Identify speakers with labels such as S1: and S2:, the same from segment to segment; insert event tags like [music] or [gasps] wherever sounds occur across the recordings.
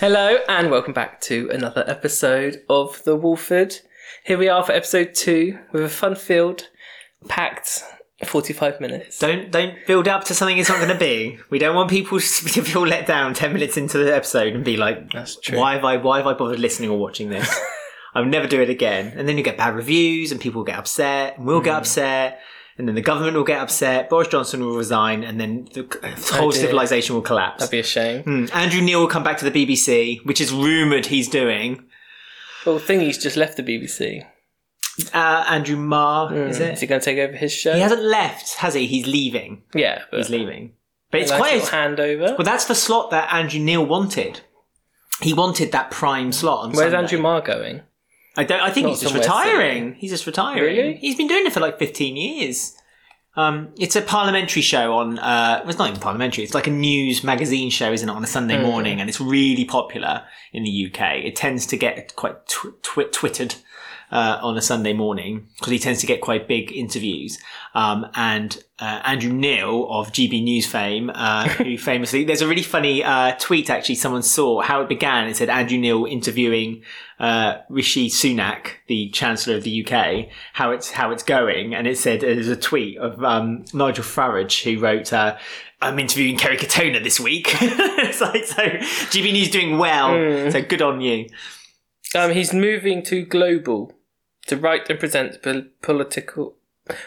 S1: Hello and welcome back to another episode of The Wolford. Here we are for episode two with a fun filled, packed 45 minutes.
S2: Don't don't build up to something it's not going to be. We don't want people [laughs] to feel let down ten minutes into the episode and be like,
S1: That's true.
S2: Why have I why have I bothered listening or watching
S1: [laughs]
S2: this? I'll never do it again." And then you get bad reviews, and people get upset, and we'll get
S1: Hmm.
S2: upset, and then the government will get upset. Boris Johnson will resign, and then the c- whole
S1: dear.
S2: civilization will collapse.
S1: That'd be a shame.
S2: Mm. Andrew Neil will come back to the BBC, which is rumoured he's doing.
S1: Well, Thingy's just left the BBC.
S2: Uh, Andrew Marr, is
S1: Is
S2: it?
S1: he going to take over his show?
S2: He hasn't left, has he? He's leaving.
S1: yeah, but
S2: He's leaving. But it's
S1: nice
S2: quite a
S1: little handover.
S2: Well, that's the slot that Andrew Neil wanted. He wanted that prime slot. On
S1: Where's
S2: Sunday.
S1: Andrew Marr going?
S2: I don't. I think
S1: Not
S2: he's just
S1: somewhere
S2: retiring. He's just retiring.
S1: Really?
S2: He's been doing it for like fifteen years. Um, it's a parliamentary show on. Uh, well, it's not even parliamentary. It's like a news magazine show, isn't it? On a Sunday
S1: Hmm.
S2: morning, and it's really popular in the UK. It tends to get quite tw- tw- twittered uh, on a Sunday morning because he tends to get quite big interviews. Um, and uh, Andrew Neil of GB News fame, uh, who famously, there's a really funny uh, tweet actually someone saw how it began. It said Andrew Neil interviewing uh, Rishi Sunak, the Chancellor of the UK, how it's how it's going, and it said there's a tweet of um, Nigel Farage who wrote. Uh, I'm interviewing Kerry Katona this week. [laughs] it's like so. GB News doing well, so good on you.
S1: Um, he's moving to global to write and present pol- political,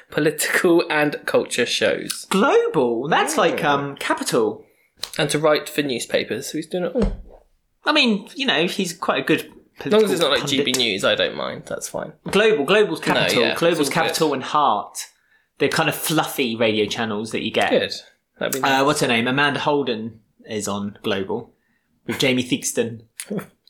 S1: political and culture shows,
S2: Global. That's like um capital.
S1: and to write for newspapers. So he's doing it all. As
S2: I mean, you know, he's quite a good. As
S1: long as it's not like GB News, I don't mind. That's fine.
S2: Global, Global's capital,
S1: yeah, it's
S2: Global's
S1: all
S2: capital and heart. They're kind of fluffy radio channels that you get.
S1: Good. That'd be nice.
S2: Uh, what's her name? Amanda Holden is on Global with
S1: [laughs]
S2: Jamie Theakston.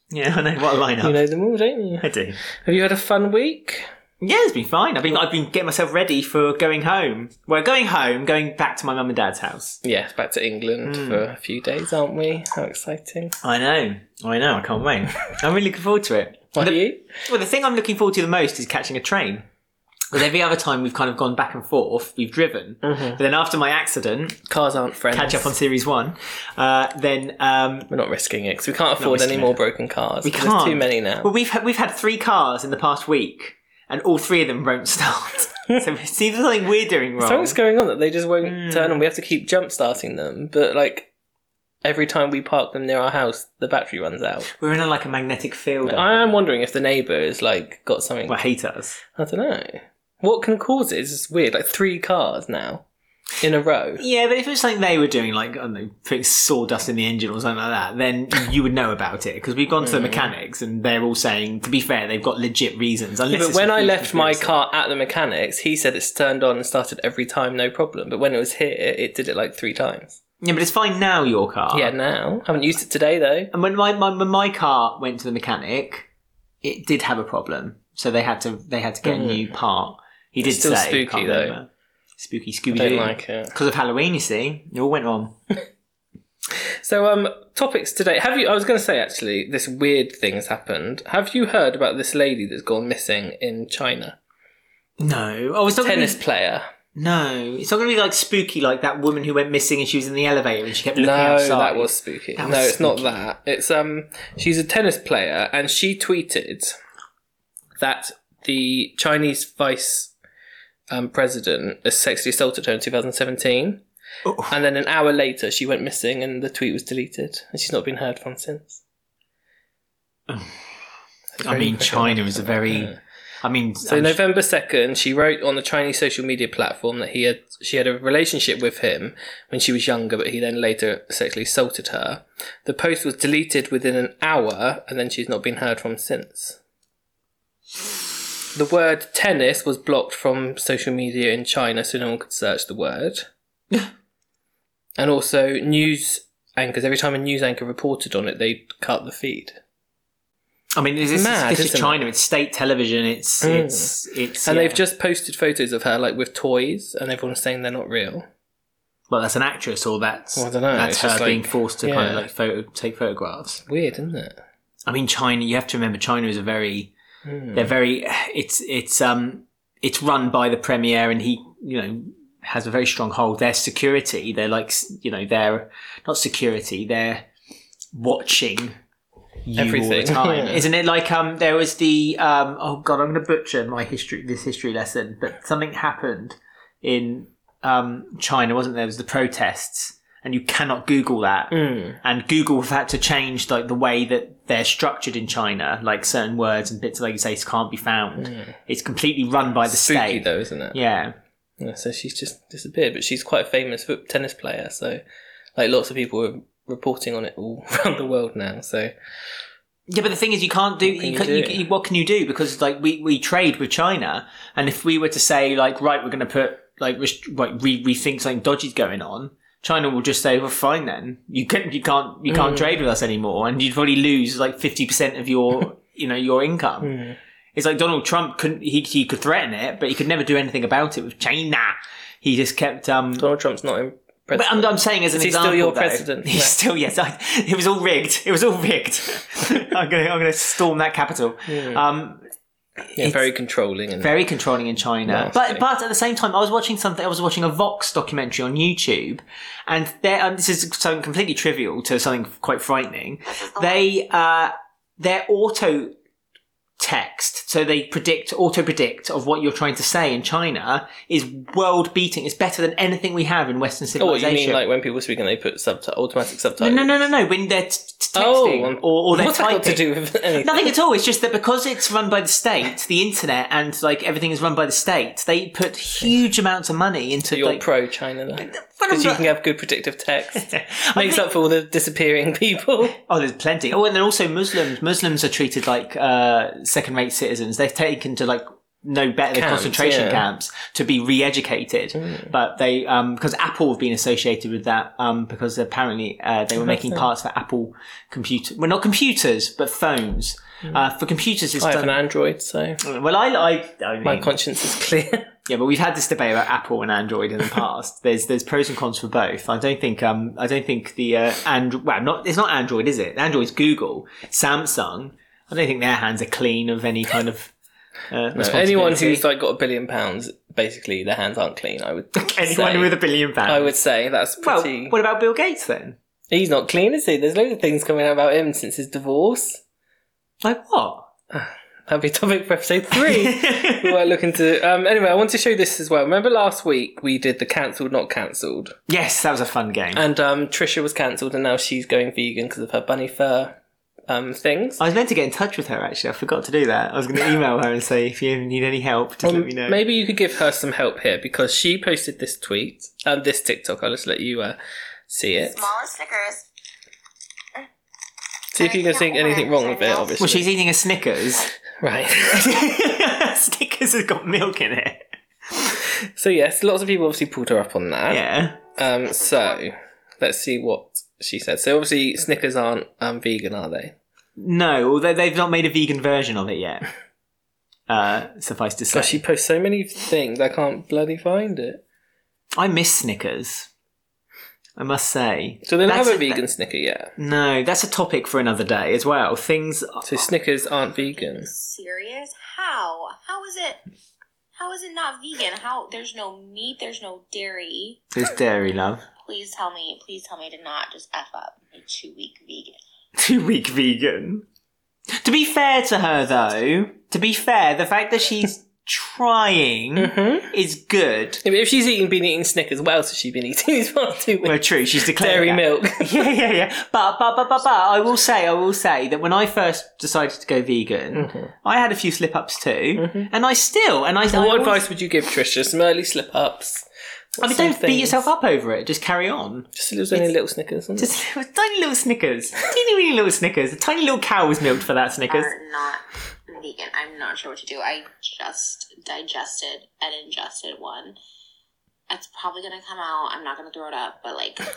S2: yeah, I know what a lineup.
S1: you know them all, don't you?
S2: I do.
S1: Have you had a fun week?
S2: Yeah, it's been fine. I've been I've been getting myself ready for going home. Well, going home, going back to my mum and dad's house.
S1: Yes, back to England for a few days, aren't we? How exciting.
S2: I know, I know. I
S1: [laughs]
S2: can't wait. I'm really looking forward to it.
S1: What are you?
S2: Well, the thing I'm looking forward to the most is catching a train. Because every other time we've kind of gone back and forth, we've driven.
S1: Mm-hmm.
S2: But then after my accident,
S1: Cars aren't friends.
S2: catch up on series one, uh, then um,
S1: We're not risking it because we can't afford
S2: risking
S1: any
S2: it.
S1: more broken cars.
S2: we
S1: 'cause
S2: can't.
S1: There's too many now.
S2: Well, we've had, we've had three cars in the past week, and all three of them won't [laughs] start. so it seems something we're doing wrong.
S1: Something's going on that they just won't turn on. We have to keep jump starting them, but like every time we park them near our house, the battery runs out.
S2: we're in a, like a magnetic field.
S1: I am wondering if the neighbour has like got something.
S2: Well, hate us.
S1: I don't know. What can cause it? It's just weird. Like three cars now in a row.
S2: Yeah, but if it was something they were doing, like I don't know, putting sawdust in the engine or something like that, then you would know about it because we've gone
S1: Mm-hmm.
S2: to the mechanics and they're all saying, to be fair, they've got legit reasons. Unless
S1: But
S2: it's
S1: when I
S2: completely
S1: left my
S2: conspiracy.
S1: car at the mechanics, he said it's turned on and started every time, no problem. But when it was here, it did it like three times.
S2: yeah, but it's fine now. Your car,
S1: Yeah, now. haven't used it today though.
S2: And when my, my when my car went to the mechanic, it did have a problem, so they had to they had to get a new part. He did
S1: Mm-hmm. still
S2: say,
S1: spooky,
S2: can't
S1: though.
S2: remember. Spooky Scooby
S1: Don't
S2: Doo.
S1: like it.
S2: because of Halloween, you see, it all went wrong.
S1: So, um, topics today. Have you? I was going to say actually, this weird thing has happened. Have you heard about this lady that's gone missing in China?
S2: No, oh, it's not
S1: Tennis
S2: Gonna
S1: player.
S2: be, no, it's not going to be like spooky, like that woman who went missing and she was in the elevator and she kept looking
S1: No,
S2: outside.
S1: that was spooky.
S2: That
S1: no,
S2: was
S1: it's not that. It's um, she's a tennis player, and she tweeted that the Chinese vice um, president sexually assaulted her in 2017.
S2: Oh.
S1: And then an hour later, she went missing, and the tweet was deleted, and she's not been heard from since.
S2: I mean, China is a very. I mean,
S1: So
S2: I'm-
S1: November second, she wrote on the Chinese social media platform that he had she had a relationship with him when she was younger, but he then later sexually assaulted her. The post was deleted within an hour, and then she's not been heard from since. The word tennis was blocked from social media in China, so no one could search the word. and also news anchors. Every time a news anchor reported on it, they cut the feed.
S2: I mean, this, is
S1: mad,
S2: this is
S1: isn't it? Mm.
S2: China. It's state television. It's it's it's.
S1: And
S2: yeah.
S1: they've just posted photos of her, like with toys, and everyone's saying they're not real.
S2: well, that's an actress, or that's
S1: Well, I dunno,
S2: that's
S1: it's
S2: her
S1: just like-
S2: being forced to kind of
S1: yeah.
S2: like photo take photographs.
S1: Weird, isn't it?
S2: I mean, China. You have to remember, China is a very.
S1: Hmm.
S2: They're very. It's it's um it's run by the premier, and he you know has a very strong hold. Their security, they're like you know they're not security. They're watching you all
S1: Everything. [laughs]
S2: the time,
S1: Yeah.
S2: isn't it? Like um, there was the um, oh god, I'm going to butcher my history this history lesson, but something happened in um, China, wasn't there? There was the protests, and you cannot Google that. And Google have had to change like the way that they're structured in China, like certain words and bits like you say can't be found.
S1: Mm.
S2: It's completely run by the
S1: Spooky
S2: state.
S1: though, isn't it?
S2: Yeah,
S1: Yeah, So she's just disappeared, but she's quite a famous foot tennis player. So, like lots of people are reporting on it all [laughs] around the world now. So
S2: Yeah, but the thing is, you can't do.
S1: can
S2: you
S1: you
S2: can,
S1: do?
S2: you, you- what can you do? Because like we, we trade with China, and if we were to say like right, we're going to put like rest- like re- rethink something dodgy's going on, China will just say, well, fine then. You can you can't you
S1: Mm.
S2: can't trade with us anymore, and you'd probably lose like fifty percent of
S1: [laughs]
S2: your you know your income.
S1: Mm.
S2: It's like Donald Trump couldn't he he could threaten it, but he could never do anything about it with China. He just kept um.
S1: Donald Trump's not in.
S2: But I'm, I'm saying as an
S1: Is he still
S2: example,
S1: your
S2: though,
S1: president?
S2: He's
S1: No.
S2: still yes. I, it was all rigged. It was all rigged.
S1: [laughs]
S2: I'm gonna I'm gonna storm that capital. Um,
S1: yeah, very controlling and
S2: very controlling in China.
S1: Nasty.
S2: But but at the same time, I was watching something. I was watching a Vox documentary on YouTube, and there. And this is something completely trivial to something quite frightening. They uh, they're auto text, so they predict auto predict of what you're trying to say in China is world beating. It's better than anything we have in Western
S1: Oh, what,
S2: civilization.
S1: you mean like when people speak and they put subti- automatic subtitles?
S2: No, no, no, no. When they're t- t- texting
S1: Oh, um,
S2: or, or they're
S1: [laughs] what's that
S2: typing.
S1: got to do with anything?
S2: Nothing at all. It's just that because it's run by the state, the internet, and like everything is run by the state, they put huge amounts of money into
S1: You're
S2: [laughs] like.
S1: pro China then.
S2: Well,
S1: Because you
S2: I'm
S1: can have good predictive
S2: [laughs]
S1: text.
S2: not-
S1: Makes up for all the disappearing people.
S2: Oh, there's plenty. Oh, and then also Muslims. Muslims are treated like uh, second-rate citizens. They're taken to like no better than
S1: Camps,
S2: concentration
S1: yeah. Hmm.
S2: camps to be re-educated. But they, um, because Apple have been associated with that, um, because apparently uh, they were making parts for Apple computer. Well, not computers, but phones. Uh, for computers, it's
S1: Hmm. I have an
S2: done.
S1: Android, so
S2: Well, I, I, I mean,
S1: my conscience is clear.
S2: yeah, but we've had this debate about Apple and Android in the
S1: [laughs]
S2: past. there's there's pros and cons for both. I don't think um I don't think the uh, and well not it's not Android is it? Android's Google, Samsung. I don't think their hands are clean of any kind of.
S1: [laughs]
S2: Uh,
S1: Anyone
S2: responsibility.
S1: who's like got a billion pounds, basically their hands aren't clean. I would.
S2: [laughs] anyone
S1: say.
S2: with a billion pounds.
S1: I would say that's
S2: well,
S1: pretty.
S2: what about Bill Gates then?
S1: He's not clean, is he? There's loads of things coming out about him since his divorce.
S2: Like what?
S1: That'd be topic for episode
S2: [laughs]
S1: three. we are looking to. Um, anyway, I want to show this as well. Remember last week we did the cancelled, not cancelled,
S2: yes, that was a fun game.
S1: and um, Trisha was cancelled, and now she's going vegan because of her bunny fur um, things.
S2: I was meant to get in touch with her actually. I forgot to do that. I was going to email her and say if you need any help, just let me know.
S1: Um, Maybe you could give her some help here because she posted this tweet, um, this TikTok. I'll just let you uh, see it.
S3: smallest Snickers.
S1: See if you can think anything wrong with it. Obviously,
S2: well, she's eating a Snickers.
S1: right.
S2: [laughs] Snickers has got milk in it.
S1: [laughs] So yes, lots of people obviously pulled her up on that.
S2: Yeah.
S1: Um, so let's see what she said. So obviously Snickers aren't um, vegan, are they?
S2: No, although they've not made a vegan version of it [laughs] yet. Uh, suffice to say,
S1: Gosh, she posts so many things I can't bloody find it.
S2: I miss Snickers. I must say.
S1: So they don't
S2: That's
S1: have a
S2: a-
S1: vegan Snicker yet.
S2: No, that's a topic for another day as well. Things.
S1: So Snickers aren't vegan.
S3: Serious? How? How is it? How is it not vegan? How? There's no meat. There's no dairy.
S2: There's dairy [laughs] love.
S3: Please tell me. Please tell me to not just f up a two week vegan.
S2: Two week vegan. To be fair to her, though, to be fair, the fact that [laughs] she's trying
S1: Mm-hmm.
S2: is good.
S1: If she's eating, been eating Snickers, what else has she been eating [laughs] these past two
S2: Well,
S1: weeks?
S2: true. She's declared
S1: Dairy
S2: that. [laughs]
S1: milk.
S2: yeah, yeah, yeah. But, but, but, but, but, I will say, I will say that when I first decided to go vegan, I had a few slip ups too, and I still, and I. I
S1: what
S2: always-
S1: advice would you give Trisha? Some early slip ups.
S2: I mean, don't beat yourself up over it. Just carry on.
S1: Just a little, only little Snickers. isn't it?
S2: Just [laughs] tiny little Snickers, teeny weeny little Snickers. A tiny little cow was milked for that Snickers.
S3: Are not vegan. I'm not sure what to do. I just digested and ingested one. It's probably gonna come out. I'm not gonna throw it up, but like, can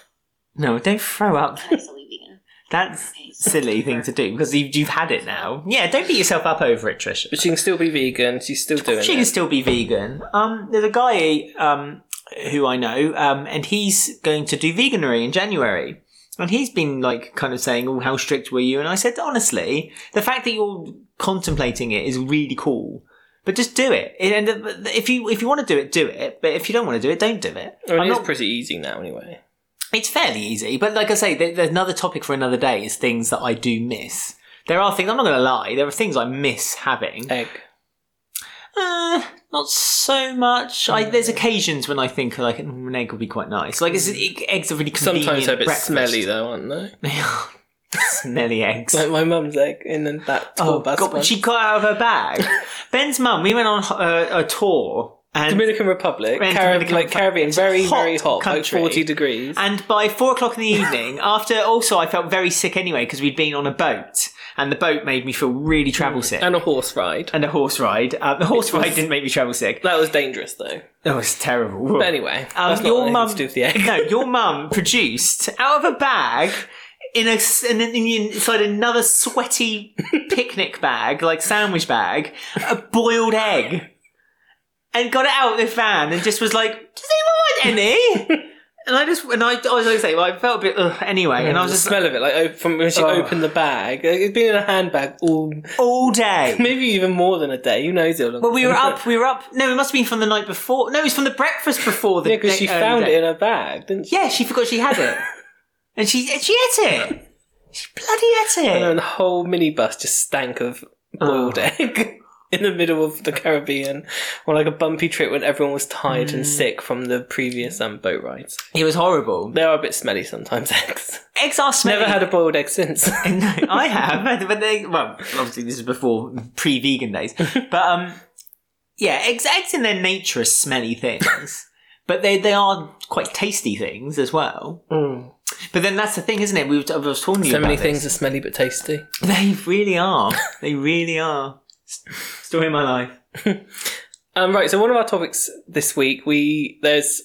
S2: No, don't throw up.
S3: I still be vegan?
S2: That's silly thing to do because you've, you've had it now. Yeah, don't beat yourself up over it, Trisha.
S1: But she can still be vegan. She's still doing
S2: she can
S1: it.
S2: still be vegan. Um, there's a guy um, who I know, um, and he's going to do veganery in January. And he's been like kind of saying, "Oh, how strict were you?" And I said, honestly, the fact that you're contemplating it is really cool. But just do it. It- And uh, if you if you want to do it, do it. But if you don't want to do it, don't do it.
S1: I mean,
S2: I'm
S1: it's
S2: not-
S1: Oh, pretty easy now, anyway.
S2: it's fairly easy, but like I say, there, there's another topic for another day. Is things that I do miss There are things I'm not going to lie. There are things I miss having.
S1: Egg.
S2: Uh, not so much.
S1: Mm.
S2: I, there's occasions when I think like mm, an egg would be quite nice. Like it's, it, eggs are really convenient.
S1: Sometimes they're a bit
S2: breakfast.
S1: smelly though, aren't they?
S2: They are [laughs] smelly
S1: [laughs]
S2: eggs.
S1: Like my mum's egg in and that tour
S2: Oh
S1: bus.
S2: God!
S1: one.
S2: She got out of her
S1: [laughs]
S2: bag. Ben's mum. We went on uh, a tour, and
S1: Dominican Republic,
S2: Ren-
S1: Carib-
S2: Dominican
S1: like
S2: Republic.
S1: Caribbean,
S2: It's a
S1: very
S2: hot
S1: very hot,
S2: country.
S1: like forty degrees.
S2: And by four o'clock in the
S1: [laughs]
S2: evening, after also I felt very sick anyway because we'd been on a boat, and the boat made me feel really travel sick.
S1: Mm. and a horse ride.
S2: And a horse ride. Um, the horse
S1: It was-
S2: ride didn't make me travel sick.
S1: That was dangerous though.
S2: That was terrible.
S1: But anyway,
S2: Um,
S1: that's not
S2: your
S1: anything
S2: mum-
S1: to do with the egg.
S2: [laughs] no, your
S1: [laughs]
S2: mum produced out of a bag in a s- in, an- in- inside
S1: [laughs]
S2: another sweaty picnic bag, like sandwich bag, a boiled egg, and got it out of the van and just was like, "Does anyone want
S1: [laughs]
S2: any?" And I just and I, I was like, say, well, I felt a bit Ugh, anyway, and I was
S1: the
S2: just
S1: smell of it, like op- from when she
S2: Oh.
S1: opened the bag, like, it's been in a handbag all [laughs]
S2: all day.
S1: maybe even more than a day. Who knows how long?
S2: Well, we
S1: it's
S2: were
S1: been.
S2: up. We were up. No, it must have been from the night before. No, it was from the breakfast before the.
S1: Yeah, because she
S2: early
S1: found
S2: day.
S1: it in her bag, didn't she?
S2: Yeah, she forgot she
S1: [laughs]
S2: had it, and she and she ate it. She bloody ate it.
S1: And then the whole minibus just stank of boiled
S2: Oh.
S1: egg [laughs] in the middle of the Caribbean, or like a bumpy trip when everyone was tired and sick from the previous um, boat rides.
S2: It was horrible.
S1: They are a bit smelly sometimes. [laughs] Eggs.
S2: Eggs are smelly.
S1: Never had
S2: [laughs]
S1: a boiled egg since.
S2: No, I have, but they well, obviously this is before pre-vegan
S1: [laughs]
S2: days. But um, yeah, eggs, eggs in their nature are smelly things, but they they are quite tasty things as well. But then that's the thing, isn't it? We were, I was talking to
S1: [laughs]
S2: you
S1: So many
S2: about
S1: things are smelly but tasty.
S2: this. [laughs] They really are. They
S1: [laughs]
S2: really are. Story of my life.
S1: Um, right, so one of our topics this week, we there's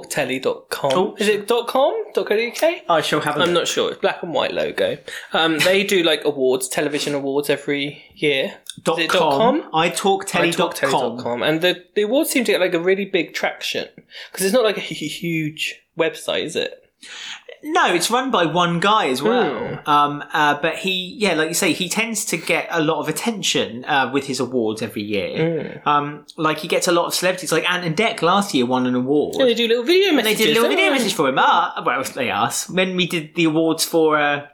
S1: italktelly.com.
S2: Oh. Hmm.
S1: Is it dot .com? dot .co.uk?
S2: I shall have.
S1: I'm not sure. It's black and white logo. Um, they do like awards, television awards every year.
S2: dot
S1: is it dot
S2: com.
S1: com?
S2: I talk telly dot com.
S1: italktelly.com. And the, the awards seem to get like a really big traction because it's not like a hu- huge website, is it?
S2: No, it's run by one guy as well.
S1: Hmm.
S2: Um, uh, but he, yeah, like you say, he tends to get a lot of attention uh, with his awards every year.
S1: Hmm.
S2: Um, like he gets a lot of celebrities. Like Ant and Deck last year won an award.
S1: Yeah, they do little video
S2: they
S1: messages. Oh.
S2: did a little
S1: don't
S2: video
S1: they?
S2: message for him. Ah, well, they us when we did the awards for uh,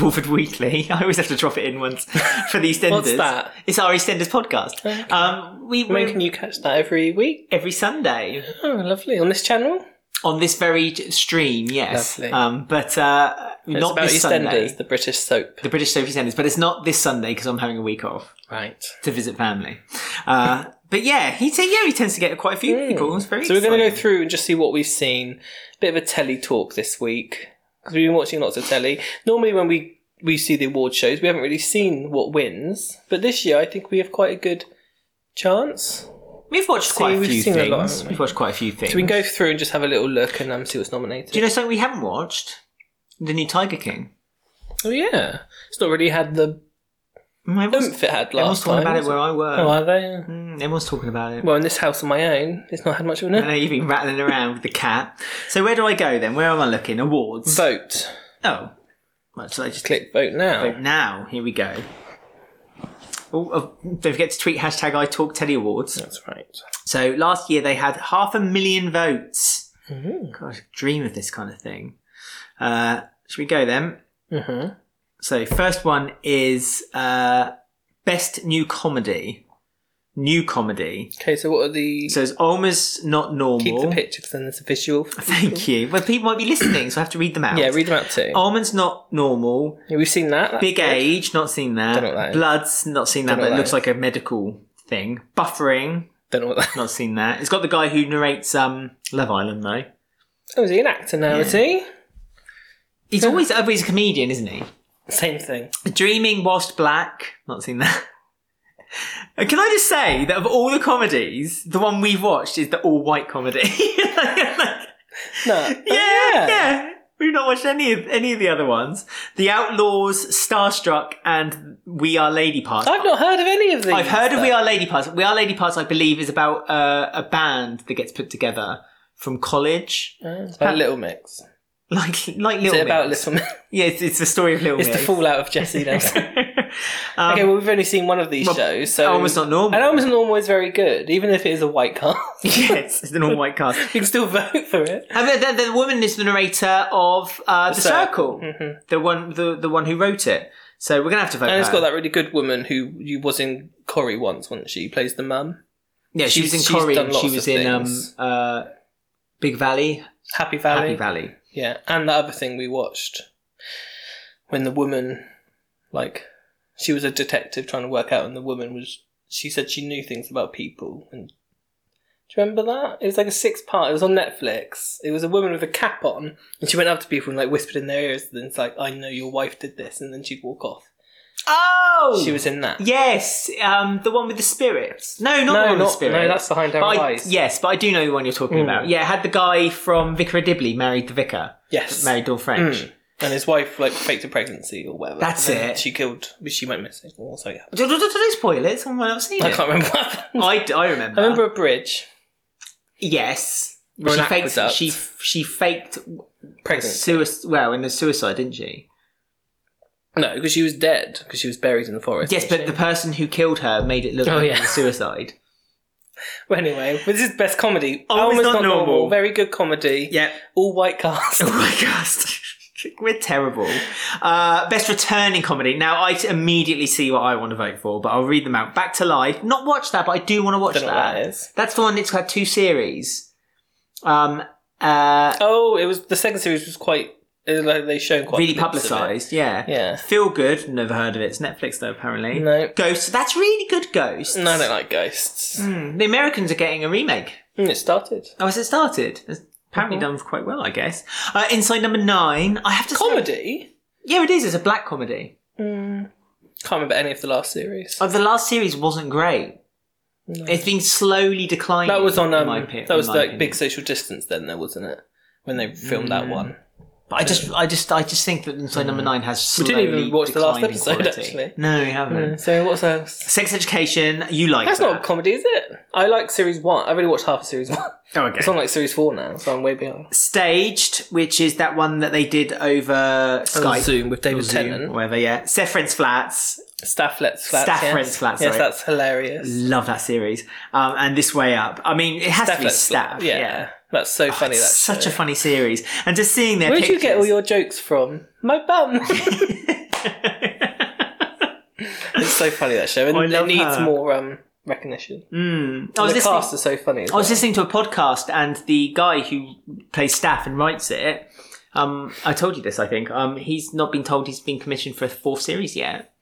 S2: Wolford Weekly. [laughs] I always have to drop it in
S1: [laughs]
S2: once for the EastEnders.
S1: What's that?
S2: It's our EastEnders podcast. Um, we
S1: When
S2: were
S1: can you catch that every week?
S2: every Sunday
S1: Oh, lovely. On this channel?
S2: on this very j- stream. Yes,
S1: Lovely.
S2: um, but uh,
S1: It's
S2: not
S1: about
S2: this
S1: EastEnders,
S2: Sunday.
S1: the British soap.
S2: the British Sophie Sanders, but it's not this Sunday because I'm having a week off
S1: Right.
S2: to visit family. Uh, but yeah, he t- yeah he tends to get quite a few people. It's very
S1: So we're going to
S2: exciting.
S1: go through and just see what we've seen. Bit of a telly talk this week because we've been watching lots of telly. Normally, when we we see the award shows, we haven't really seen what wins, but this year I think we have quite a good chance.
S2: We've watched quite a
S1: we've
S2: few
S1: seen a lot,
S2: things.
S1: haven't we?
S2: we've watched quite a few things.
S1: So we can go through and just have a little look and um, see what's nominated.
S2: Do you know something we haven't watched? The new Tiger King.
S1: oh yeah, it's not really had the
S2: Mm, Everyone's,
S1: oomph it had
S2: everyone's
S1: last
S2: talking
S1: time.
S2: about it
S1: is it?
S2: where I work.
S1: oh, are they?
S2: Mm, everyone's talking about it.
S1: Well, in this house on my own, it's not had much of an
S2: I know
S1: oomph.
S2: you've been rattling around with the cat. So where do I go then? Where am I looking? Awards.
S1: Vote.
S2: oh, well, so I just
S1: Click vote now.
S2: But now, here we go. Oh, oh, don't forget to tweet hashtag I Talk Teddy Awards.
S1: That's right.
S2: So last year they had half a million votes.
S1: Mm-hmm.
S2: God, I dream of this kind of thing. Uh, should we go then?
S1: hmm
S2: So first one is uh, best new comedy. New comedy.
S1: Okay, so what are the?
S2: So it's Almost Not Normal.
S1: keep the pictures and there's a visual. [laughs]
S2: [laughs] Thank you. Well, people might be listening, so I have to read them out.
S1: Yeah, read them out too.
S2: Almond's Not Normal.
S1: Yeah, we've seen that. That's
S2: Oh. Big
S1: good.
S2: Age, not seen that.
S1: Don't know what that is.
S2: Blood's not seen that,
S1: Don't know
S2: but it
S1: what
S2: looks
S1: that
S2: like a medical thing. Buffering,
S1: Don't know what that.
S2: not seen that. It's got the guy who narrates um Love Island though.
S1: Oh, is he an actor now? Is he?
S2: He's always oh, he's a comedian, isn't he?
S1: Same thing.
S2: Dreaming Whilst Black, not seen that. [laughs] And Can I just say that of all the comedies, the one we've watched is the all white comedy. [laughs] yeah,
S1: No.
S2: [laughs]
S1: Oh,
S2: yeah, We've not watched any of any of the other ones. The Outlaws, Starstruck, and We Are Lady Parts.
S1: I've not heard of any of these.
S2: I've heard of We Are Lady Parts. We Are Lady Parts, I believe, is about uh, a band that gets put together from college,
S1: Oh, it's about Little Mix.
S2: like like
S1: Is
S2: Little
S1: it about
S2: Mix.
S1: Little Mix?
S2: Yeah, it's, it's the story of Little
S1: It's the
S2: [laughs] Mix.
S1: fallout of Jesse Nelson.
S2: um,
S1: okay, well we've only seen one of these
S2: well,
S1: shows. So
S2: Almost Not Normal.
S1: And [laughs] almost Oh, normal is very good, even if it is a white cast.
S2: yes, it's an all-white [laughs] cast.
S1: [laughs] you can still vote for it.
S2: And the, the, the woman is the narrator of uh, the
S1: Circle.
S2: Circle, the one the the one who wrote it. So we're gonna have to vote.
S1: And it's
S2: her.
S1: got that really good woman who you was in Corrie once, wasn't she? Plays the mum.
S2: Yeah, she
S1: she's-
S2: was in
S1: she's
S2: Corrie.
S1: done
S2: and
S1: lots
S2: She
S1: of
S2: was in um,
S1: things.
S2: uh, Big Valley,
S1: Happy Valley.
S2: Happy Valley.
S1: Yeah, and the other thing we watched when the woman, like, she was a detective trying to work out, and the woman was. She said she knew things about people, and do you remember that? It was like a six part. It was on Netflix. It was a woman with a cap on, and she went up to people and like whispered in their ears, and it's like, "I know your wife did this," and then she'd walk off.
S2: Oh,
S1: She was in that.
S2: Yes, um, the one with the spirits. No,
S1: no,
S2: not the one with
S1: not
S2: the spirits.
S1: no. That's behind
S2: But
S1: our
S2: I-
S1: eyes.
S2: yes, but I do know the one you're talking
S1: Mm.
S2: about. Yeah, had the guy from Vicar of Dibley married the vicar,
S1: yes.
S2: married Dawn French.
S1: Mm. And his wife like faked a pregnancy or whatever.
S2: That's
S1: And then
S2: it.
S1: She killed. She went missing. Or something. happened.
S2: Don't, don't, don't spoil it. Someone might not have seen
S1: I
S2: it.
S1: can't remember. What happened.
S2: I, d- I remember.
S1: I remember a bridge.
S2: Yes.
S1: Or
S2: she
S1: an
S2: faked.
S1: aqueduct.
S2: She she faked
S1: pregnant.
S2: suicide. Well, in the suicide, didn't she?
S1: No, because she was dead. Because she was buried in the forest.
S2: Yes, but
S1: wasn't
S2: the person who killed her made it look
S1: Oh,
S2: like it
S1: yeah. [laughs]
S2: was suicide.
S1: she? Well, anyway, this is best comedy.
S2: Almost
S1: Almost
S2: Oh, Not
S1: not, normal.
S2: Normal.
S1: Very good comedy.
S2: Yep.
S1: All white
S2: [laughs]
S1: cast.
S2: Oh my gosh. [laughs] We're terrible. Uh, best returning comedy. Now, I t- immediately see what I want to vote for, but I'll read them out. Back to Life. Not watch that, but I do want to watch
S1: Don't know what
S2: that.
S1: that is.
S2: That's the one that's had two series. Um, uh,
S1: Oh, it was the second series was quite. It was like they shown quite
S2: really
S1: bits of it.
S2: publicised, yeah.
S1: Yeah.
S2: Feel Good. Never heard of it. It's Netflix, though, apparently.
S1: No.
S2: Ghosts. That's really good, Ghosts.
S1: No, I don't like ghosts.
S2: Hmm, The Americans are getting a remake.
S1: Mm, it started
S2: Oh, has it started? It's apparently
S1: Mm-hmm.
S2: done quite well, I guess. Uh, Inside Number Nine. I have to say-
S1: comedy.
S2: yeah, it is. It's a black comedy.
S1: Mm. Can't remember any of the last series.
S2: Oh, the last series wasn't great.
S1: No.
S2: It's been slowly declining.
S1: That was on.
S2: in
S1: Um,
S2: my opi-
S1: that was
S2: in my
S1: like
S2: opinion. Mm.
S1: big social distance then, though, wasn't it? When they filmed that one,
S2: But I just, I just, I just think that Inside Number Nine has
S1: Mm. We
S2: slowly
S1: didn't even watch the last
S2: declining
S1: episode,
S2: quality.
S1: actually.
S2: No, we haven't.
S1: Mm, so what else?
S2: Sex Education. You like
S1: That's
S2: that?
S1: not a comedy, is it? I like series one. I have only watched half of series one.
S2: oh, okay.
S1: It's on like series four now, so I'm way behind.
S2: Staged, which is that one that they did over Skype.
S1: Zoom with
S2: or
S1: David
S2: Zoom,
S1: Tennant.
S2: whatever. Yeah, Seffren's Flats.
S1: Staff Let's Flats.
S2: Staff
S1: yes.
S2: Let's Flats,
S1: Yes,
S2: sorry.
S1: that's hilarious.
S2: Love that series. Um, and this way up. I mean, it has to be staff. Oh,
S1: Yeah. That's so funny. That's
S2: Such a funny series. And just seeing their
S1: Where'd
S2: pictures.
S1: you get all your jokes from? My
S2: [laughs]
S1: bum. it's so funny that show, and
S2: Oh, I
S1: it
S2: love
S1: needs
S2: her.
S1: more um, recognition.
S2: Mm. I was
S1: the
S2: listening.
S1: cast are so funny. as
S2: I was
S1: well.
S2: listening to a podcast, and the guy who plays staff and writes it. Um, I told you this, I think. Um, he's not been told he's been commissioned for a fourth series yet,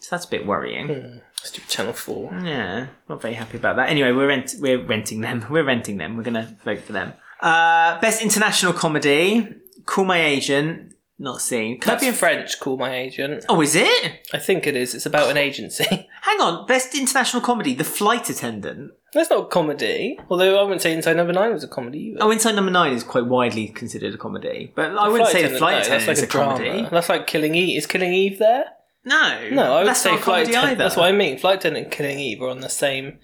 S2: so that's a bit
S1: Hmm.
S2: worrying.
S1: Stupid Channel Four.
S2: Yeah, not very happy about that. Anyway, we're rent- we're renting them. [laughs] We're renting them. We're gonna vote for them. Uh, best international comedy. Call my agent. Not seen. Can I
S1: That's
S2: be
S1: in
S2: a-
S1: French. Call my agent.
S2: Oh, is it?
S1: I think it is. It's about an agency. [laughs]
S2: Hang on. Best international comedy. The flight attendant.
S1: That's not a comedy. Although I wouldn't say Inside Number Nine was a comedy either.
S2: Oh, Inside Number Nine is quite widely considered a comedy, but I wouldn't say the flight attendant is a, comedy.
S1: drama. That's like Killing Eve. Is Killing Eve there?
S2: No,
S1: No, I would
S2: that's
S1: say
S2: not a
S1: Flight
S2: comedy
S1: Attendant.
S2: either.
S1: That's what I mean. Flight Attendant and Killing Eve are on the same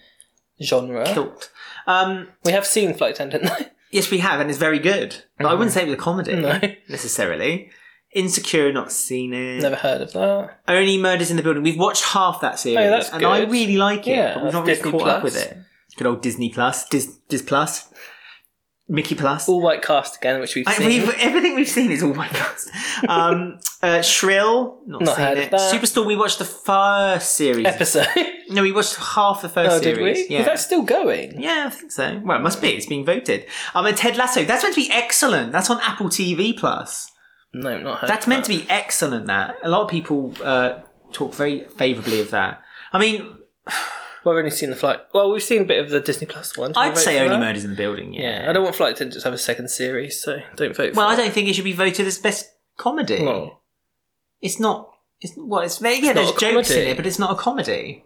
S1: genre.
S2: [laughs] thought. Um,
S1: We have seen Flight Attendant. [laughs] though.
S2: yes, we have, and it's very good. But I wouldn't say it was a comedy
S1: No. [laughs]
S2: necessarily. Insecure, not seen it.
S1: Never heard of that.
S2: Only Murders in the Building. We've watched half that series,
S1: Oh, that's
S2: and I
S1: good.
S2: really like it.
S1: Yeah,
S2: but we've not really
S1: that's
S2: caught
S1: Disney
S2: up
S1: Plus.
S2: with it. Good old Disney Plus, Dis, Dis Plus, Mickey Plus.
S1: All white cast again, which we've
S2: I-
S1: seen.
S2: we've, everything we've seen is all my cast. Um, uh, Shrill, not,
S1: Not
S2: seen
S1: heard of
S2: it.
S1: that.
S2: Superstore, we watched the first series.
S1: Episode.
S2: No, we watched half the
S1: [laughs]
S2: first
S1: oh,
S2: series.
S1: did we?
S2: Yeah.
S1: Is that still going?
S2: Yeah, I think so. Well, it must be. It's being voted. Um, and Ted Lasso. That's meant to be excellent. That's on Apple TV Plus.
S1: No, not heard.
S2: That's meant to be excellent. That a lot of people uh, talk very favourably of that. I mean,
S1: Well, we've only seen the flight. Well, we've seen a bit of the Disney Plus one. Should we
S2: I'd
S1: vote
S2: say
S1: for
S2: only
S1: that?
S2: murders in the building. Yeah.
S1: Yeah, I don't want Flight Attendant to have a second series, so don't vote.
S2: Well,
S1: for
S2: I don't think it should be voted as best comedy.
S1: it. No.
S2: It's not. It's well. It's yeah. There's
S1: not a
S2: jokes in
S1: comedy.
S2: it, but it's not a comedy.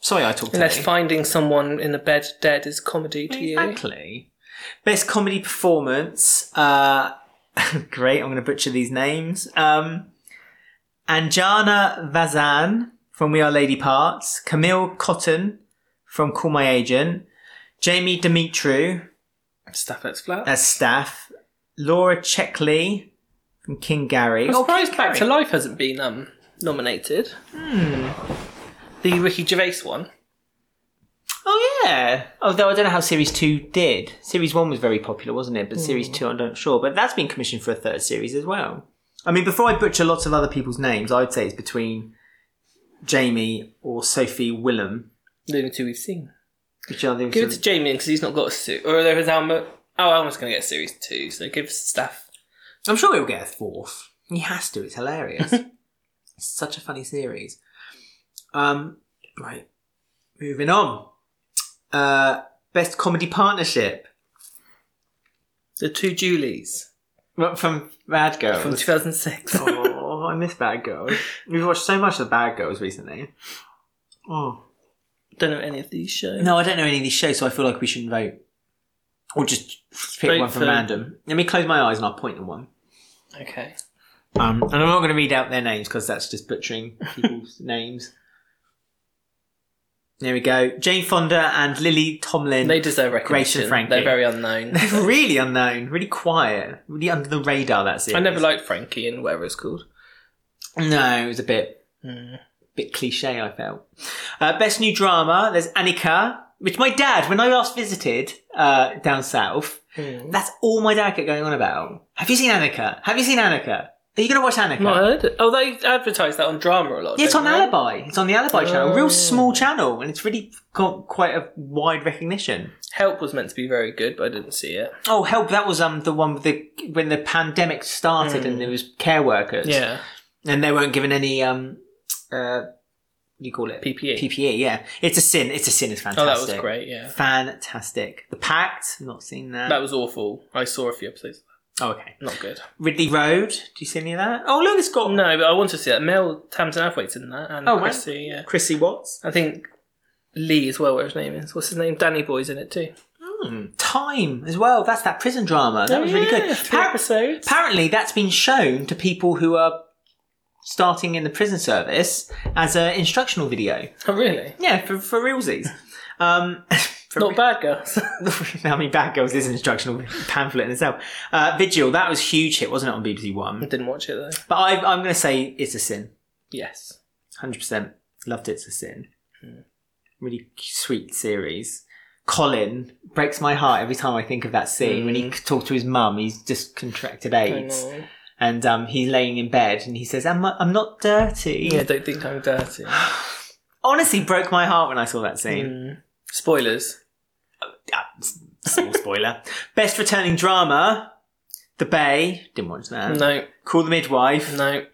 S2: Sorry, I talked.
S1: Unless
S2: too.
S1: finding someone in a bed dead is comedy to you.
S2: Exactly. Best comedy performance. Uh, [laughs] great. I'm going to butcher these names. Um, Anjana Vazan from We Are Lady Parts. Camille Cotton from Call My Agent. Jamie Dimitru
S1: Stuff that's flat.
S2: as staff. Laura Checkley from King Gary.
S1: I'm
S2: Oh,
S1: surprised
S2: King
S1: Back to
S2: Gary.
S1: Life hasn't been um, nominated.
S2: Hmm.
S1: The Ricky Gervais one.
S2: Oh, yeah. Although I don't know how Series 2 did. Hmm. Series 1 was very popular, wasn't it? But Series 2, I'm not sure. But that's been commissioned for a third series as well. I mean, before I butcher lots of other people's names, I'd say it's between Jamie or Sophie Willem.
S1: The only two we've seen.
S2: Which I think
S1: Give it
S2: is-
S1: to Jamie because he's not got a suit. Or there is Alma. Oh, Alma's going to get series two, so give Staff.
S2: I'm sure he'll get a fourth. He has to. It's [laughs] hilarious. it's such a funny series. Um, right. Moving on. Uh, best comedy partnership
S1: The two Julies
S2: Not from Bad Girls.
S1: from 2006.
S2: oh, I miss Bad Girls. We've watched so much of Bad Girls recently. Oh.
S1: [laughs] Don't know any of these shows.
S2: No, I don't know any of these shows, so I feel like we shouldn't vote. Or just pick
S1: Vote
S2: one from
S1: for-
S2: random. Let me close my eyes and I'll point at one.
S1: Okay.
S2: Um, and I'm not going to read out their names because that's just butchering [laughs] people's names. There we go. Jane Fonda and Lily Tomlin.
S1: They deserve
S2: Grace
S1: recognition.
S2: and Frankie.
S1: They're very unknown.
S2: [laughs] They're really unknown, really quiet, really under the radar. That's it.
S1: I never liked Frankie and whatever it's called.
S2: No, it was a bit, Mm. bit cliche. I felt. Uh, best new drama. There's Annika, which my dad, when I last visited uh, down south,
S1: Hmm.
S2: that's all my dad kept going on about. Have you seen Annika? Have you seen Annika? Are you going to watch Annika?
S1: Not heard it. Oh, they advertise that on drama a lot.
S2: Yeah, it's
S1: don't
S2: on
S1: they?
S2: Alibi. It's on the Alibi channel. Real
S1: Oh.
S2: small channel, and it's really got quite a wide recognition.
S1: Help was meant to be very good, but I didn't see it.
S2: Oh, help! That was um the one with the when the pandemic started and there was care workers.
S1: Hmm. Yeah.
S2: and they weren't given any um uh what do you call it
S1: PPE.
S2: PPE. Yeah, it's a sin. It's a sin. It's
S1: E. Oh,
S2: fantastic.
S1: that was great. Yeah.
S2: Fantastic. The Pact. Not seen that.
S1: That was awful. I saw a few episodes.
S2: oh, okay.
S1: Not good.
S2: Ridley Road. Do you see any of that? Oh, look, it's got
S1: No, but I want to see that. Mel Tamsin Athwaite's in that, and
S2: Oh, wow.
S1: Chrissy. Yeah.
S2: Chrissy Watts.
S1: I think Lee as well, where his name is. What's his name? Danny Boy's in it too.
S2: Hmm. Time as well. That's that prison drama. That was really
S1: Yeah,
S2: good.
S1: Three
S2: Par-
S1: episodes.
S2: Apparently, that's been shown to people who are starting in the prison service as an instructional video.
S1: oh, really?
S2: Yeah, for,
S1: [laughs]
S2: for realsies. Um, [laughs] for
S1: Not bad, girls. [laughs]
S2: [laughs] I mean, Bad Girls is an instructional pamphlet in itself. Uh, Vigil, that was huge hit, wasn't it, on BBC One?
S1: didn't watch it though.
S2: But I, I'm going to say it's a sin.
S1: Yes.
S2: 100%. Loved It's a Sin. Really sweet series. Colin breaks my heart every time I think of that scene when he talked to his mum. He's just contracted
S1: Mm. I
S2: AIDS.
S1: know.
S2: and um, he's laying in bed and he says, "I'm I'm not dirty."
S1: Yeah, don't think I'm dirty.
S2: Honestly, broke my heart when I saw that
S1: Mm.
S2: scene.
S1: Hmm. Spoilers.
S2: Ah, s- small spoiler. Best returning drama: The Bay. Didn't watch that.
S1: No,
S2: Call the Midwife.
S1: no.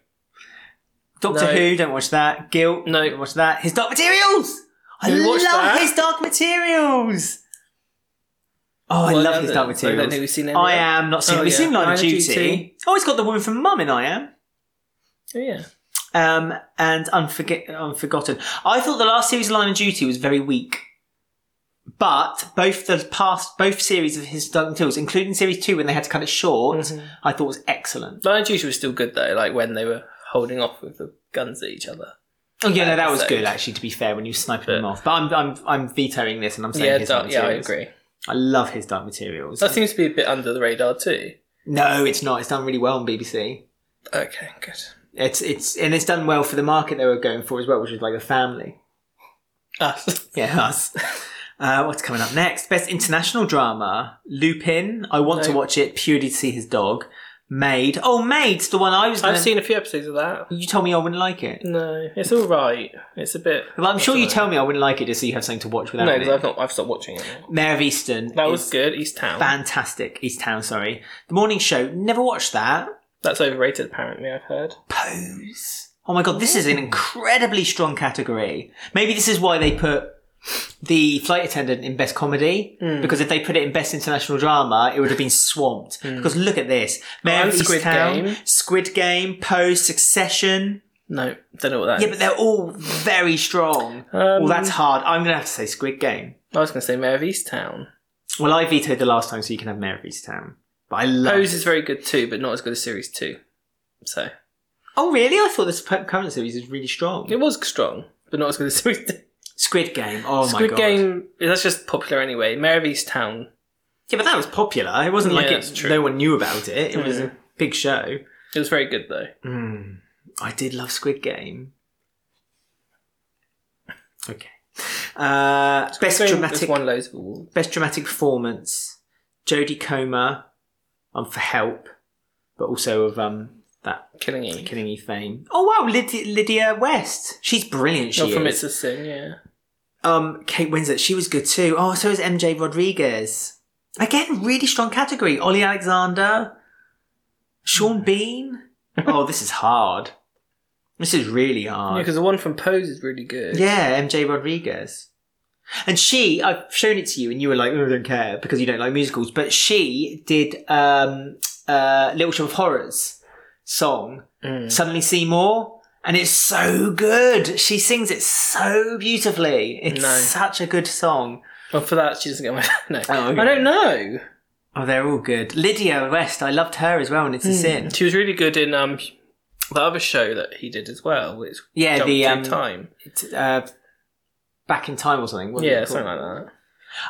S2: Doctor
S1: No.
S2: Who. Don't watch that. Guilt.
S1: No.
S2: Don't watch that. His Dark Materials. I
S1: You
S2: love
S1: watched that?
S2: His Dark Materials. Oh, I
S1: Well,
S2: love
S1: no,
S2: His
S1: no.
S2: Dark
S1: I don't know
S2: Materials.
S1: we've seen any.
S2: I am not seen.
S1: Oh,
S2: we've
S1: yeah.
S2: seen Line of
S1: Line of
S2: Duty.
S1: Duty.
S2: Oh, it's got the woman from Mum in I Am.
S1: Oh, yeah.
S2: um, and Unforg- Unforgotten. I thought the last series of Line of Duty was very weak, but both the past both series of his Duncan Tools, including series two when they had to cut it short,
S1: Mm-hmm.
S2: I thought was excellent.
S1: Line of Duty was still good though, like when they were holding off with the guns at each other.
S2: Oh yeah, no, that was
S1: Episode.
S2: good actually. To be fair, when you were sniping
S1: But-
S2: them off, but I'm I'm I'm vetoing this and I'm saying
S1: yeah,
S2: his
S1: dark,
S2: Dark
S1: yeah, I
S2: Materials.
S1: agree.
S2: I love his Dark Materials.
S1: That seems to be a bit under the radar too.
S2: no, it's not. It's done really well on BBC.
S1: Okay, good.
S2: It's it's and it's done well for the market they were going for as well, which was like the family. Ah.
S1: Us.
S2: Yeah, [laughs] us. Uh, what's coming up next? Best international drama. Lupin. I want to
S1: No.
S2: watch it purely to see his dog. Maid. Oh, Maid's the one I was. Gonna...
S1: [laughs] I've seen a few episodes of that.
S2: You told me I wouldn't like it.
S1: No, it's all right. It's a bit.
S2: Well, I'm sure you
S1: Sorry.
S2: tell me I wouldn't like it just so you have something to watch without
S1: No,
S2: it.
S1: because I've not. I've stopped watching it. now.
S2: Mayor of Easton.
S1: That
S2: is
S1: was good. East Town.
S2: Fantastic. East Town. Sorry. The Morning Show. Never watched that.
S1: That's overrated, apparently. I've heard.
S2: Pose. Oh my god, this is an incredibly strong category. Maybe this is why they put the flight attendant in best comedy
S1: Hmm.
S2: because if they put it in best international drama, it would have been swamped. Because look at this: Mayor
S1: and
S2: of
S1: Hmm. Oh, Squid
S2: Easttown,
S1: Game.
S2: Squid Game, Pose, Succession.
S1: No, don't know what that is. Um,
S2: Yeah, but they're all very strong. well, that's hard. I'm gonna have to say Squid Game.
S1: I was going to say Mayor of East Town.
S2: Well, I vetoed the last time, so you can have Mayor of Easttown. But I love.
S1: Pose is very good too, but not as good as series two. So
S2: Oh, really? I thought this p- current series is really strong.
S1: it was strong, but not as good as [laughs] series two.
S2: Squid Game. Oh my
S1: Squid
S2: god.
S1: Game. That's just popular anyway. Mayor of East Town.
S2: Yeah, but that was popular. It wasn't like
S1: Yeah,
S2: it,
S1: that's true.
S2: no one knew about it. It was a big show.
S1: It was very good though.
S2: Mm. I did love Squid Game. Okay. Uh, best
S1: Squid Game has
S2: dramatic
S1: won loads of awards.
S2: best dramatic performance. Jodie Comer um, for Help, but also of um, That
S1: Killing Eve.
S2: Killing Eve fame. Oh wow, Lyd- Lydia West. She's brilliant. She
S1: Not from
S2: is.
S1: It's a Sin, yeah.
S2: Um, Kate Winslet, she was good too. Oh, so is MJ Rodriguez. Again, really strong category. Ollie Alexander, Sean Bean. oh, this is hard. This is really
S1: Yeah,
S2: hard.
S1: because the one from Pose is really good.
S2: Yeah, MJ Rodriguez. And she, I've shown it to you, and you were like, oh, I don't care because you don't like musicals. But she did um, uh, Little Shop of Horrors song,
S1: Mm.
S2: Suddenly Seymour, and it's so good. She sings it so beautifully. It's
S1: No.
S2: such a good song.
S1: Well, for that, she doesn't get my. [laughs] No.
S2: Oh, okay.
S1: I don't know.
S2: Oh, they're all good. Lydia West, I loved her as well, and
S1: Hmm.
S2: it's a sin.
S1: Mm. She was really good in um the other show that he did as well. Which
S2: Yeah,
S1: Jump
S2: the,
S1: Through
S2: um,
S1: time.
S2: It's, uh, back in time or something. wasn't
S1: Yeah,
S2: it called?
S1: something like that.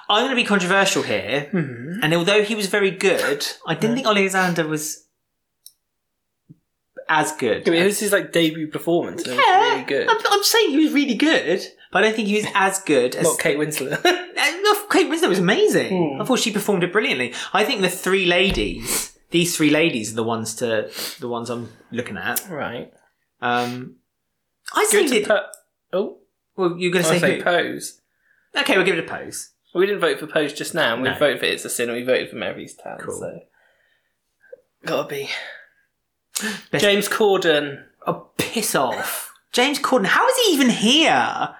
S2: I'm going to be controversial here, and although he was very good, I didn't think Alexander was as good.
S1: I mean, it was his like debut performance. And
S2: yeah,
S1: it was really good.
S2: I'm, I'm saying he was really good, but I don't think he was as good as
S1: Not Kate Winslet. [laughs]
S2: Uh, Kate Winslet was amazing.
S1: Hmm.
S2: I thought she performed it brilliantly. I think the three ladies, these three ladies, are the ones to the ones I'm looking at.
S1: right.
S2: Um, I
S1: Give
S2: say
S1: it to
S2: Lyd-
S1: po- oh,
S2: well, you're going to
S1: I
S2: say,
S1: say
S2: who?
S1: Pose.
S2: okay, we'll give it a pose.
S1: We didn't vote for Pose just now. We
S2: No.
S1: voted for It's a Sin and we voted for Mary's Town.
S2: Cool.
S1: So. Gotta be.
S2: Best-
S1: James Corden.
S2: Oh, piss off, James Corden. How is he even here?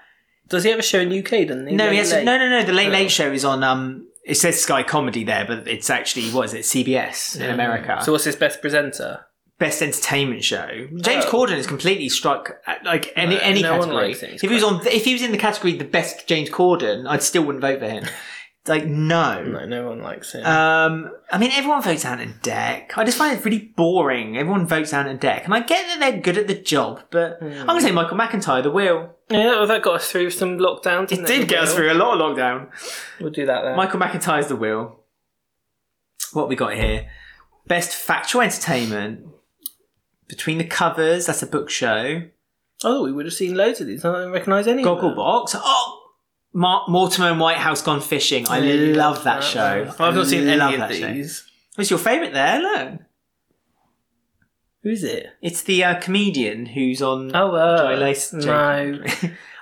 S1: Does he have a show in UK, doesn't he?
S2: No,
S1: Really
S2: yes, no,
S1: late.
S2: no, no. The Late
S1: Oh.
S2: Late Show is on. Um, it says Sky Comedy there, but it's actually what is it? CBS in America.
S1: So what's his best presenter?
S2: Best Entertainment Show. James
S1: Oh.
S2: Corden is completely struck at, like any
S1: No,
S2: any
S1: no one
S2: category.
S1: likes him. He's
S2: If he was on, if he was in the category the best James Corden, I still wouldn't vote for [laughs] him. like no.
S1: No, no one likes him.
S2: Um, I mean, everyone votes Ant and Deck. I just find it really boring. Everyone votes Ant and Deck, and I get that they're good at the job, but I'm gonna say Michael McIntyre, The Wheel.
S1: yeah, that- that got us through some lockdown, didn't
S2: It
S1: it?
S2: did get us
S1: Will?
S2: through a lot of lockdown.
S1: We'll do that then.
S2: Michael McIntyre's the wheel. What we got here? Best factual entertainment. Between the covers, that's a book show.
S1: Oh, we would have seen loads of these. I don't recognise any. of them.
S2: Gogglebox. Oh, Mar- Mortimer and Whitehouse Gone Fishing. I
S1: Really
S2: love that
S1: one.
S2: show.
S1: I've not seen
S2: I
S1: any
S2: love
S1: of
S2: that show.
S1: these.
S2: What's your favourite there? Look,
S1: Who's it?
S2: it's the uh, comedian who's on.
S1: Oh, uh,
S2: Joey Lace.
S1: no.
S2: [laughs]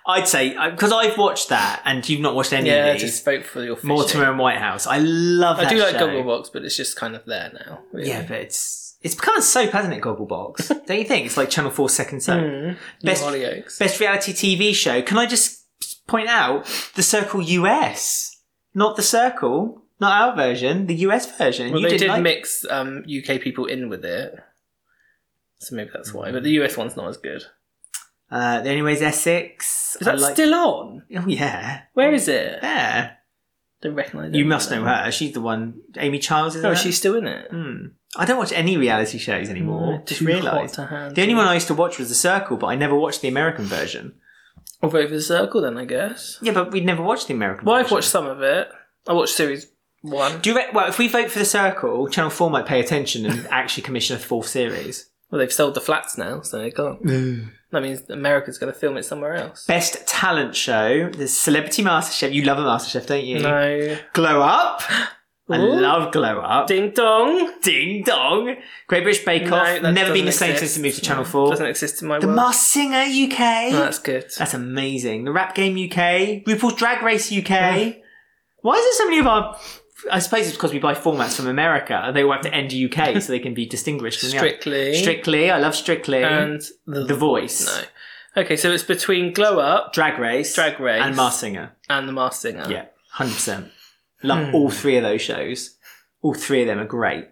S2: I'd say because I've watched that and you've not watched any
S1: yeah,
S2: of these.
S1: just vote for your fishing.
S2: Mortimer and Whitehouse. I love.
S1: I
S2: that
S1: do like
S2: show.
S1: Gogglebox, but it's just kind of there now. really. Hmm.
S2: Yeah, but it's it's become a soap, hasn't
S1: [laughs]
S2: it? Gogglebox, don't you think? It's like Channel Four Second Soap.
S1: Mm.
S2: Best-
S1: Best Hollyoaks.
S2: Best reality TV show. Can I just point out the Circle US, not the Circle, not our version, the US version.
S1: Well,
S2: you
S1: they did
S2: didn't like-
S1: mix um, UK people in with it, so maybe that's why. But the US one's not as good.
S2: Uh, the anyways Essex.
S1: Is that still on?
S2: Oh yeah,
S1: Where is it?
S2: there.
S1: Don't recognise.
S2: You
S1: any
S2: must
S1: of
S2: know
S1: them.
S2: her. She's the one. Amy Childs is.
S1: No,
S2: her?
S1: Oh, she's still in it.
S2: Hmm. I don't watch any reality shows anymore.
S1: Mm,
S2: just
S1: too
S2: realised.
S1: hot to handle.
S2: The only one I used to watch was The Circle, but I never watched the American version.
S1: I'll vote for the Circle then, I guess.
S2: Yeah, but we'd never watched the American.
S1: Well,
S2: version.
S1: I've watched some of it. I watched series one.
S2: Do you re- well, if we vote for the Circle, Channel Four might pay attention and actually commission a
S1: [laughs]
S2: fourth series.
S1: Well, they've sold the flats now, so they can't. That means America's going to film it somewhere else.
S2: Best talent show: the Celebrity MasterChef. You love a MasterChef, don't you?
S1: No.
S2: Glow Up. I
S1: Ooh.
S2: love Glow Up. Ding,
S1: Ding dong.
S2: dong. Great British Bake
S1: No,
S2: Off.
S1: that
S2: Never been the
S1: doesn't
S2: same
S1: exist.
S2: since it moved to
S1: No,
S2: Channel Four.
S1: Doesn't exist in my
S2: The
S1: world.
S2: Masked Singer UK.
S1: No, that's good.
S2: That's amazing. The Rap Game UK. RuPaul's Drag Race UK. Why is there so many of our? I suppose it's because we buy formats from America, and they all have to
S1: [laughs]
S2: end UK so they can be distinguished. from the other.
S1: Strictly.
S2: Strictly, I love Strictly.
S1: And the,
S2: The Voice.
S1: No. Okay, so it's between Glow Up
S2: Drag Race.
S1: Drag Race.
S2: And Mars Singer.
S1: and The Masked Singer.
S2: Yeah, 100%. Love
S1: Hmm.
S2: all three of those shows. All three of them are great.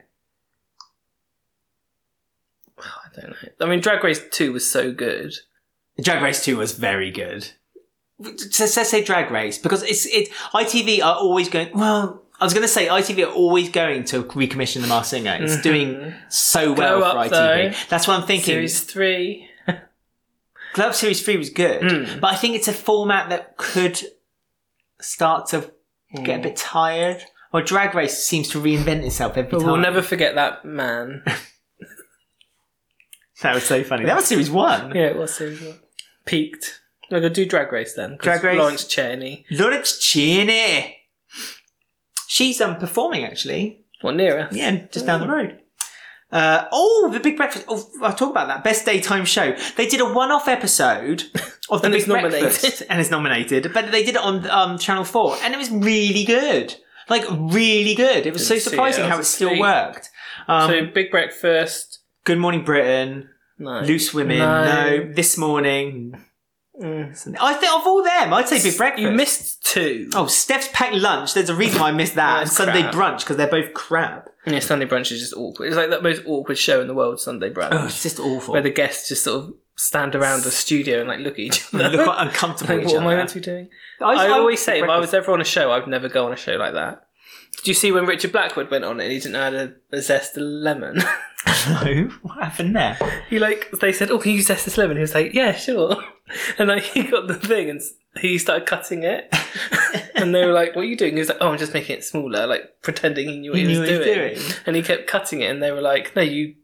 S1: I don't know. I mean, Drag Race 2 was so good.
S2: Drag Race 2 was very good. So let's say Drag Race, because it's it. ITV are always going, well, I was going to say ITV are always going to recommission The Masked Singer. It's doing so
S1: Mm-hmm.
S2: well
S1: Glow
S2: for
S1: Up,
S2: ITV.
S1: though.
S2: That's what I'm thinking.
S1: Series 3.
S2: Club Series 3 was good,
S1: Hmm.
S2: but I think it's a format that could start to
S1: Hmm.
S2: get a bit tired. Or Drag Race seems to reinvent itself every
S1: But
S2: time.
S1: we'll never forget that
S2: [laughs]
S1: man.
S2: That was so funny. That was Series
S1: [laughs]
S2: 1.
S1: yeah, it was Series 1. Peaked. We're going to do Drag Race then. 'cause
S2: Drag Race.
S1: Lawrence Cheney.
S2: Lawrence Cheney. She's um performing actually.
S1: Well, near us. Oh.
S2: Yeah, just down the road. Uh, oh, The Big Breakfast. Oh, I'll talk about that. Best daytime show. They did a one-off episode
S1: [laughs]
S2: of The
S1: And
S2: Big
S1: it's nominated.
S2: Breakfast, and it's nominated. But they did it on um, Channel Four, and it was really good. Like really good. It was
S1: Didn't see
S2: so
S1: it.
S2: surprising
S1: I
S2: how it
S1: was
S2: still
S1: asleep.
S2: worked. Um,
S1: so Big Breakfast.
S2: Good Morning Britain,
S1: No.
S2: Loose Women, no.
S1: No.
S2: This Morning.
S1: Mm.
S2: I think of all them, I'd say Big Breakfast.
S1: You missed two.
S2: Oh, Steph's packed lunch. There's a reason why I missed that.
S1: [laughs] Yeah,
S2: and Sunday
S1: crap.
S2: brunch because they're both crap.
S1: Yeah, Sunday brunch is just awkward. It's like the most awkward show in the world, Sunday brunch,
S2: Oh, it's just awful.
S1: where the guests just sort of stand around the studio and like look at each
S2: They
S1: other.
S2: [laughs] look quite
S1: [laughs]
S2: uncomfortable.
S1: like,
S2: with
S1: what
S2: each
S1: am I
S2: other.
S1: meant to be doing?
S2: was-
S1: I always
S2: was-
S1: say, if I was ever on a show, I'd never go on a show like that. Did you see when Richard Blackwood went on it and he didn't know how to zest a lemon? [laughs]
S2: No, what happened there?
S1: he like they said, "Oh, can you zest this lemon?" He was like, "Yeah, sure." [laughs] And like he got the thing and s- he started cutting it, [laughs] and they were like, "What are you doing?" He was like, "Oh, I'm just making it smaller, like pretending he knew what he,
S2: knew
S1: was,
S2: what he was
S1: doing.
S2: doing.
S1: And he kept cutting it, and they were like, "No, you."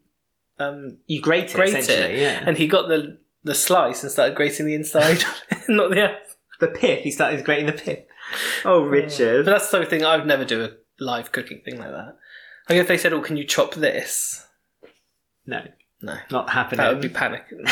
S1: Um,
S2: You grate it,
S1: Grate it.
S2: essentially. Yeah.
S1: and he got the the slice and started grating the inside, [laughs] not the outside.
S2: the pith. He started grating the pith.
S1: [laughs]
S2: Oh, Richard.
S1: Uh, But that's the sort of thing I would never do a live cooking thing like that. Like if they said, "Oh, can you chop this?"
S2: no,
S1: No,
S2: not happening.
S1: that would be panic. No,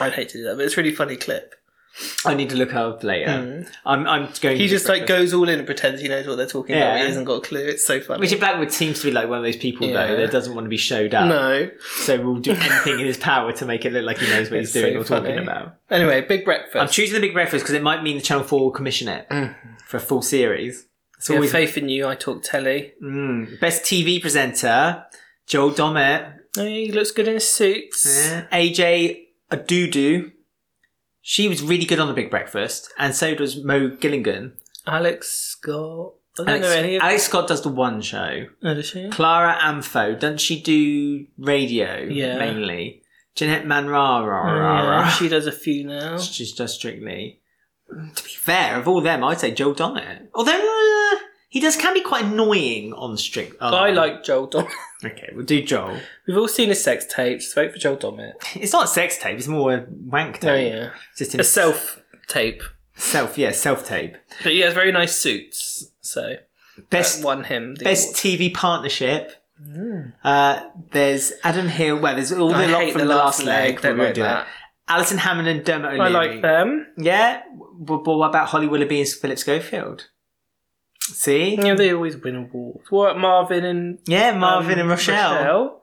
S1: I'd hate to do that, but it's a really funny clip.
S2: [laughs] I need to look up later.
S1: Mm.
S2: I'm, I'm going.
S1: He
S2: to
S1: just like
S2: breakfast.
S1: goes all in and pretends he knows what they're talking about.
S2: Yeah.
S1: but He hasn't got a clue. It's so funny.
S2: Richard Blackwood seems to be like one of those people
S1: Yeah.
S2: though that doesn't want to be showed up.
S1: no.
S2: So we'll do anything in his power to make it look like he knows
S1: [laughs]
S2: what
S1: It's
S2: he's doing
S1: so
S2: or
S1: funny.
S2: talking about.
S1: Anyway, big
S2: I'm
S1: breakfast.
S2: choosing the big breakfast because it might mean the Channel Four will commission it
S1: Mm.
S2: for a full series. It's
S1: We have
S2: always
S1: faith in you. I talk telly.
S2: Mm. best TV presenter Joel Dommett,
S1: Oh, yeah, he looks good in his suits.
S2: AJ Adudu. She was really good on the Big Breakfast, and so does Mo Gilligan.
S1: Alex Scott. I don't
S2: Alex,
S1: know any of.
S2: Alex Scott does the one show.
S1: Oh, does she?
S2: Clara Amfo, doesn't she do radio
S1: Yeah.
S2: mainly? Jeanette Manrara.
S1: Oh, yeah, she does a few now.
S2: She's just strictly. To be fair, of all them, I'd say Joel Dommett. Although uh, he does can be quite annoying on strict. on-
S1: I like Joel Dommett.
S2: Okay, we'll do Joel.
S1: [laughs] We've all seen his sex tapes. Vote for Joel Dommett.
S2: It's not a sex tape. It's more a wank tape.
S1: Oh yeah,
S2: Just in
S1: a self tape.
S2: self. Yeah, self tape.
S1: But he has very nice suits. So
S2: Best
S1: won him. The
S2: best TV partnership. Uh, there's Adam Hill. Well, there's all the
S1: award. Mm. I
S2: lot
S1: hate
S2: from the last leg.
S1: Don't
S2: we
S1: like that.
S2: Alison Hammond and Dermot
S1: I
S2: O'Leary.
S1: like them.
S2: Yeah. But, but what about Holly Willoughby and Philip Schofield? See.
S1: Yeah, they always win awards. What Marvin and
S2: Yeah, Marvin
S1: um,
S2: and Rochelle.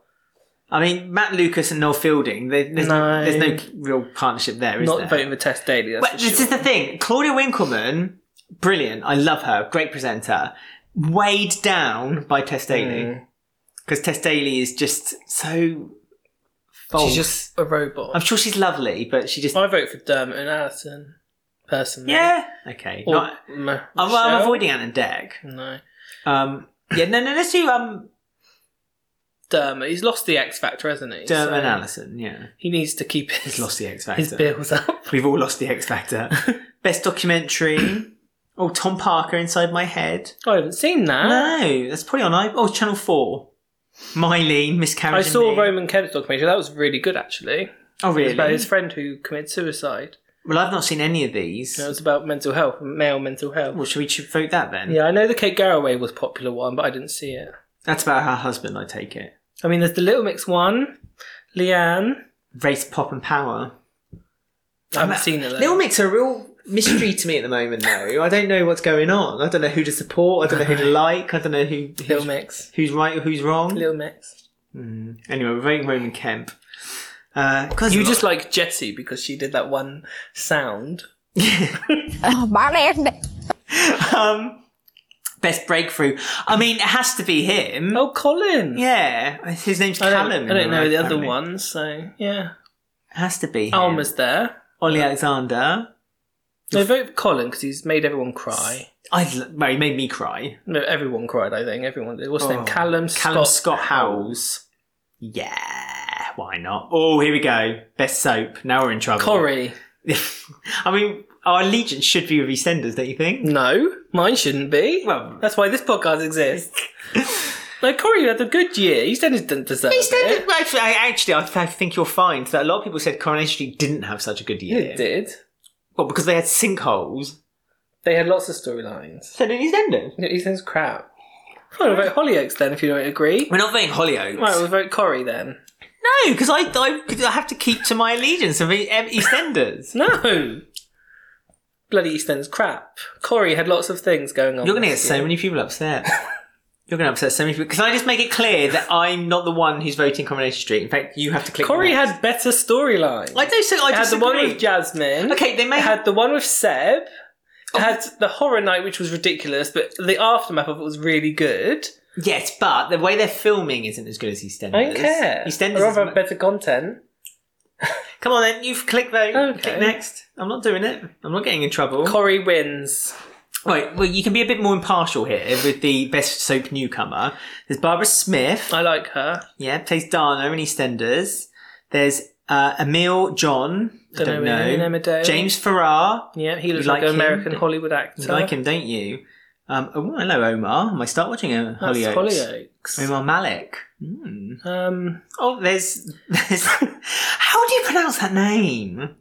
S2: I mean, Matt Lucas and Noel Fielding. There, there's,
S1: No.
S2: there's no real partnership there, is
S1: Not
S2: there?
S1: voting for Test Daily. That's
S2: Well,
S1: for
S2: this
S1: sure.
S2: is the thing. Claudia Winkleman, brilliant. I love her. Great presenter. Weighed down by Tess
S1: Hmm.
S2: Daly. Because Tess Daly is just so false.
S1: She's just a robot.
S2: I'm sure she's lovely, but she just.
S1: i vote for Dermot and Alison personally.
S2: yeah. Okay.
S1: Or
S2: Not,
S1: Ma-
S2: I'm, I'm
S1: Rochelle.
S2: avoiding Anne and Deck.
S1: No,
S2: Um, yeah, no, no, let's do
S1: [laughs]
S2: um,
S1: Dermot. He's lost the X Factor, hasn't he?
S2: Dermot and
S1: So
S2: Allison. Yeah.
S1: He needs to keep
S2: He's
S1: his
S2: lost the X Factor.
S1: uh, his bills up. [laughs]
S2: We've all lost the X Factor.
S1: [clears throat]
S2: Best documentary. Oh, Tom Parker inside my head.
S1: I haven't seen that.
S2: No, that's probably on. I- oh, Channel Four. Mylene,
S1: I
S2: miscarriage. and
S1: saw
S2: Me.
S1: Roman Kemp's documentary. That was really good, actually. It
S2: Oh,
S1: was
S2: really?
S1: about his friend who committed suicide.
S2: Well, I've not seen any of these.
S1: And it was about mental health, male mental health.
S2: Well, should we ch- vote that then?
S1: Yeah, I know the Kate Garraway was a popular one, but I didn't see it.
S2: That's about her husband, I take it.
S1: I mean, there's the Little Mix one, Leanne.
S2: Race, pop, and power.
S1: I haven't seen it. though.
S2: Little Mix are a real mystery to me at the moment, though. I don't know what's going on. I don't know who to support. I don't know who
S1: [laughs]
S2: to like. I don't know who
S1: Little
S2: who's,
S1: Mix.
S2: who's right or who's wrong. Hmm.
S1: Little Mix.
S2: Anyway, we're voting Roman Kemp. Uh, Because
S1: You just like Jessie because she did that one sound.
S2: um, best breakthrough. I mean, it has to be him.
S1: Oh, Colin.
S2: Yeah, his name's
S1: I don't,
S2: Callum.
S1: I don't
S2: in
S1: know
S2: my
S1: the other
S2: family.
S1: ones, so yeah.
S2: Has to be him.
S1: Alma's there.
S2: Ollie Alexander.
S1: No, vote for Colin because he's made everyone cry.
S2: I l- well, he made me cry.
S1: No, everyone cried. I think everyone. Did. What's his
S2: Oh.
S1: name? Callum.
S2: Callum
S1: Scott,
S2: Scott, Howells. Yeah, why not? Oh, here we go. Best soap. Now we're in trouble.
S1: Corey.
S2: [laughs] I mean, our allegiance should be with EastEnders, don't you think?
S1: No, mine shouldn't be.
S2: Well,
S1: That's why this podcast exists.
S2: [laughs]
S1: no, Corey had a good year. EastEnders didn't deserve
S2: EastEnders.
S1: it.
S2: well, Actually, I, actually, I th- I think you'll find that a lot of people said Coronation Street didn't have such a good year.
S1: It did.
S2: Well, because they had sinkholes.
S1: They had lots of storylines.
S2: So did EastEnders.
S1: No, EastEnders crap. Well, we'll vote Hollyoaks then, if you don't agree.
S2: We're not voting Hollyoaks.
S1: Right, we'll vote Corrie then.
S2: No, because I, I, 'cause I have to keep to my allegiance of E- um, EastEnders.
S1: No! Bloody EastEnders crap. Corrie had lots of things going on.
S2: [laughs] You're going to get
S1: this
S2: so
S1: year.
S2: many people upset. You're going to upset so many people. Can I just make it clear that I'm not the one who's voting Combination Street? In fact, you have to click.
S1: Corrie
S2: next.
S1: had better storylines.
S2: I don't. So I
S1: It had the
S2: disagree.
S1: one with Jasmine.
S2: okay, they Oh. may
S1: It
S2: have.
S1: had the one with Seb. It had the horror night, which was ridiculous, but the aftermath of it was really good.
S2: Yes, but the way they're filming isn't as good as EastEnders.
S1: I don't care.
S2: EastEnders.
S1: I'd
S2: is
S1: rather
S2: mu-
S1: have better content.
S2: Come on, then. You've clicked vote.
S1: Okay.
S2: Click next. I'm not doing it. I'm not getting in trouble.
S1: Corrie wins.
S2: right. Well, you can be a bit more impartial here with the best soap newcomer. There's Barbara Smith.
S1: I like her.
S2: Yeah, plays Dana in EastEnders. There's uh, Emil John. I
S1: Don't
S2: don't
S1: know
S2: know.
S1: him, Emma
S2: James Farrar.
S1: Yeah, he looks
S2: You
S1: like,
S2: like
S1: an
S2: him?
S1: American Hollywood actor.
S2: You like him, don't you? Um, oh, hello, Omar. I might start watching uh,
S1: That's
S2: Hollyoaks.
S1: Hollyoaks.
S2: Omar Malik. Hmm.
S1: Um,
S2: Oh, there's, [laughs] there's. How do you pronounce
S1: [laughs]
S2: that name?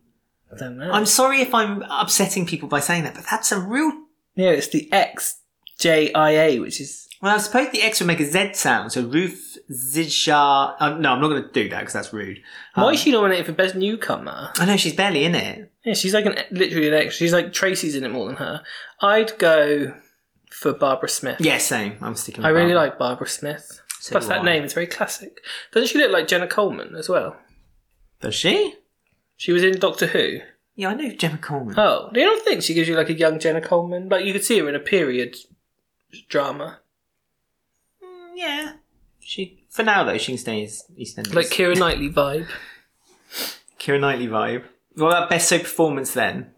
S1: I don't know.
S2: I'm sorry if I'm upsetting people by saying that, but that's a real.
S1: Yeah, it's the X J I A, which is
S2: Well, I suppose the X would make a Z sound, so Ruth Zidjar. Um, no, I'm not going to do that because that's rude. Um,
S1: why is she nominated for best newcomer?
S2: I know she's barely in it.
S1: Yeah, she's like an literally an extra. She's like Tracy's in it more than her. I'd go for Barbara Smith.
S2: Yeah, same. I'm sticking.
S1: I
S2: with
S1: really
S2: Barbara.
S1: like Barbara Smith.
S2: So
S1: Plus
S2: do
S1: that
S2: I.
S1: name is very classic. Doesn't she look like Jenna Coleman as well?
S2: Does she?
S1: She was in Doctor Who.
S2: Yeah, I know Gemma Coleman.
S1: Oh, do you not think she gives you like a young Jenna Coleman? Like you could see her in a period drama,
S2: Mm, yeah. She for now though she can stay as EastEnders.
S1: like Kira Knightley vibe.
S2: Kira Knightley vibe. What about best soap performance then?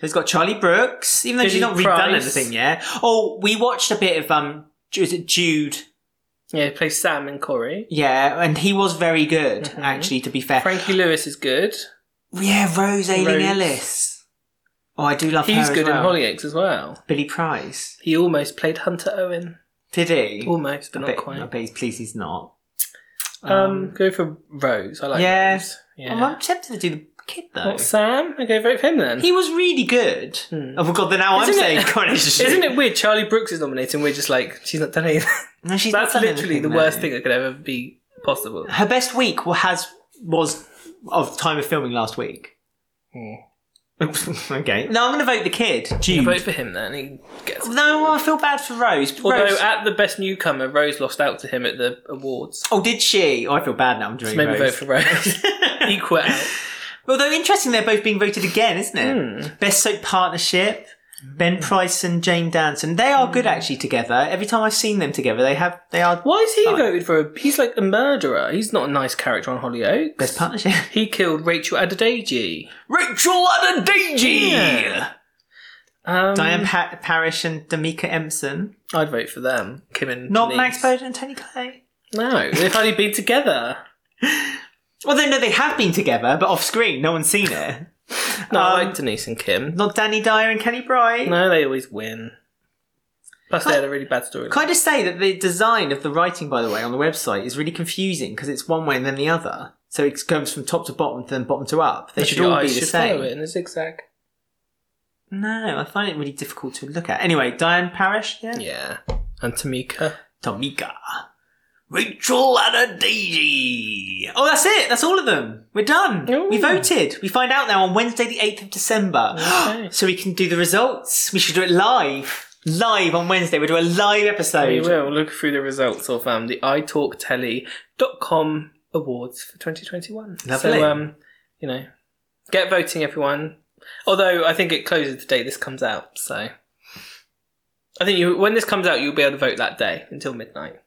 S2: There's got Charlie Brooks, even though she's not
S1: Billy
S2: redone
S1: Price.
S2: anything yet. Oh, we watched a bit of um, Ju- is it Jude?
S1: Yeah, plays Sam and Corey.
S2: Yeah, and he was very good actually. To be fair,
S1: Mm-hmm. Frankie Lewis is good.
S2: yeah, Rose Ailing
S1: Rose.
S2: Ellis. Oh, I do love her.
S1: He's
S2: as
S1: good
S2: well.
S1: in Hollyoaks as well.
S2: Billy Price.
S1: He almost played Hunter Owen.
S2: Did he?
S1: Almost, but
S2: I
S1: not
S2: bet, I
S1: quite.
S2: bet he's pleased he's not.
S1: Um, go for Rose. I like
S2: Yeah.
S1: Rose. Yeah.
S2: I'm tempted to do the kid though.
S1: Not Sam. I go vote for him then.
S2: He was really good. Oh my god! Then now I'm
S1: Hmm. Isn't it-
S2: saying [laughs] Coronation Street.
S1: Isn't it weird? Charlie Brooks is nominated, and we're just like, she's not done anything.
S2: No, she's
S1: That's
S2: not done
S1: literally the
S2: anything,
S1: worst
S2: though.
S1: thing that could ever be possible.
S2: Her best week wa- has was of time of filming last week.
S1: Hmm.
S2: [laughs] okay. No, I'm going to vote the kid,
S1: You
S2: Jude.
S1: vote for him then. He gets.
S2: No, I feel bad for Rose.
S1: Although
S2: Rose-
S1: at the best newcomer, Rose lost out to him at the awards.
S2: oh, did she? Oh, I feel bad now. I'm doing
S1: So maybe
S2: Rose.
S1: vote for [laughs] Rose. Equal out.
S2: Although interesting, they're both being voted again, isn't it? Best soap partnership. Ben Price and Jane Danson. They are good actually together. Every time I've seen them together, they have they are
S1: Why is he
S2: Fine.
S1: voted for? A, he's like a murderer. He's not a nice character on Hollyoaks.
S2: best partnership.
S1: He killed Rachel Adedeji.
S2: Rachel Adedeji.
S1: Yeah. Um,
S2: Diane pa- Parrish and Damika Empson.
S1: I'd vote for them. Kim and
S2: Not
S1: Denise.
S2: Max Bowden and Tony Clay.
S1: No, they've only been together.
S2: Well, they no, they have been together, but off screen, no one's seen it.
S1: No, I
S2: Um,
S1: like Denise and Kim.
S2: Not Danny Dyer and Kenny Bright.
S1: No, they always win. Plus, they had a really bad story.
S2: Can I just say that the design of the writing, by the way, on the website is really confusing because it's one way and then the other. So it goes from top to bottom, then bottom to up. They should all be the
S1: follow it in
S2: same.
S1: a zigzag.
S2: No, I find it really difficult to look at. Anyway, Diane Parrish, yeah,
S1: Yeah, and Tamika.
S2: Tomika, Rachel and Daisy. Oh, that's it. That's all of them. We're done.
S1: Ooh.
S2: We voted. We find out now on Wednesday, the eighth of December.
S1: Okay.
S2: [gasps] so we can do the results. We should do it live. Live on Wednesday. We'll do a live episode.
S1: We will look through the results of um, the italktelly.com awards for 2021.
S2: Lovely.
S1: So, um, you know, get voting, everyone. Although I think it closes the day this comes out, so I think you when this comes out, you'll be able to vote that day until midnight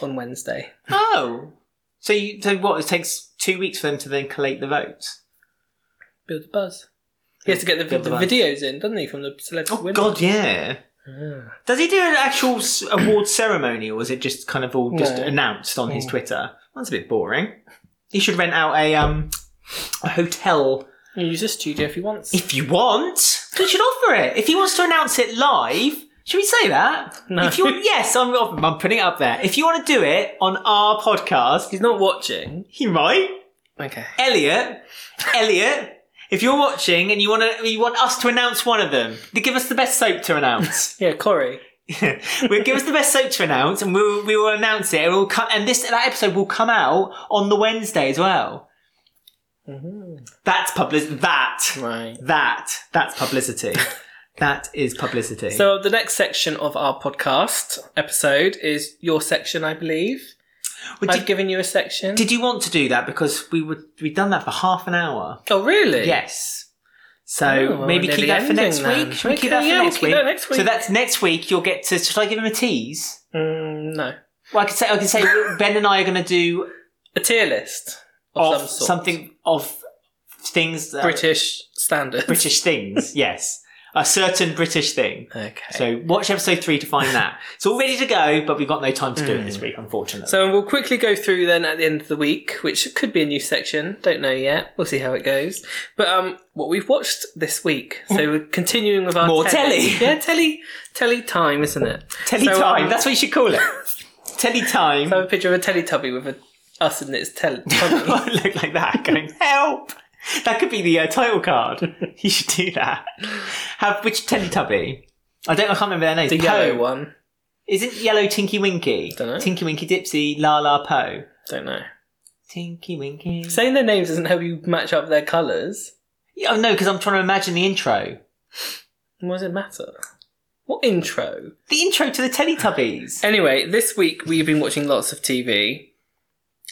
S1: on Wednesday.
S2: Oh. So you so what, it takes two weeks for them to then collate the votes?
S1: Build the buzz. He has to get the,
S2: Build the
S1: the,
S2: buzz.
S1: videos in, doesn't he, from the celebrity
S2: Oh
S1: women?
S2: god, yeah.
S1: Ah.
S2: Does he do an actual s- award ceremony or is it just kind of all just
S1: No. Hmm.
S2: announced on his Twitter? That's a bit boring. He should rent out a um a hotel
S1: You use a studio if he wants.
S2: if you want. He should offer it. If he wants to announce it live, should we say that?
S1: No.
S2: If you yes, I'm I'm putting it up there. If you want to do it on our podcast,
S1: He's not watching.
S2: He might.
S1: Okay.
S2: Elliot, Elliot, if you're
S1: [laughs]
S2: watching and you want to, you want us to announce [laughs] one of them, then give us the best soap to announce.
S1: Yeah, Corey.
S2: we'll give us the best soap to announce, and we'll we will announce it. It will come, and this that episode will come out on the Wednesday as well. That's public. That
S1: Right.
S2: that that's publicity. that is publicity.
S1: So the next section of our podcast episode is your section, I believe.
S2: Would
S1: I've
S2: you-
S1: given you a section.
S2: did you want to do that because we would we've done that for half an hour?
S1: oh, really?
S2: Yes. So
S1: Oh, well,
S2: maybe
S1: we're
S2: keep
S1: nearly
S2: that for next
S1: ending then.
S2: week. Should we
S1: Okay,
S2: keep that for
S1: yeah, we'll
S2: next,
S1: keep
S2: week?
S1: that next
S2: So
S1: week.
S2: that's next week. You'll get to. Should I give him a tease?
S1: Mm, no.
S2: Well, I could say. I
S1: [laughs]
S2: could say Ben and I are going to do
S1: A tier list of,
S2: of
S1: some sort.
S2: something of things that
S1: British standard. [laughs]
S2: British things. yes, a certain British thing.
S1: Okay. So,
S2: So watch episode three to find
S1: [laughs]
S2: that. It's all ready to go, but we've got no time to do
S1: Mm.
S2: it this week, unfortunately.
S1: we'll quickly go through then at the end of the week, which could be a new section. Don't know yet. We'll see how it goes. But um, what we've watched this week. So we're continuing with our
S2: Mm. More telly.
S1: Yeah, telly, telly time, isn't
S2: [laughs]
S1: it?
S2: telly
S1: So,
S2: time.
S1: um,
S2: That's what you
S1: [laughs]
S2: should call it. telly time.
S1: I have a picture of a Teletubby with a, us and its
S2: [laughs]
S1: tel- tummy.
S2: Won't
S1: [laughs]
S2: look like that, going help. That could be the uh, title card.
S1: [laughs]
S2: you should do that. Have which Teletubby? I don't. I can't remember their names.
S1: the
S2: Poe.
S1: yellow one.
S2: Is it yellow Tinky Winky?
S1: Dunno.
S2: Tinky Winky Dipsy La La Poe.
S1: Don't know.
S2: Tinky Winky.
S1: Saying their names doesn't help you match up their colours.
S2: Yeah, oh no, because I'm trying to imagine the intro.
S1: What does it matter? What intro?
S2: The intro to the Teletubbies.
S1: Anyway, this week we've been watching lots of TV.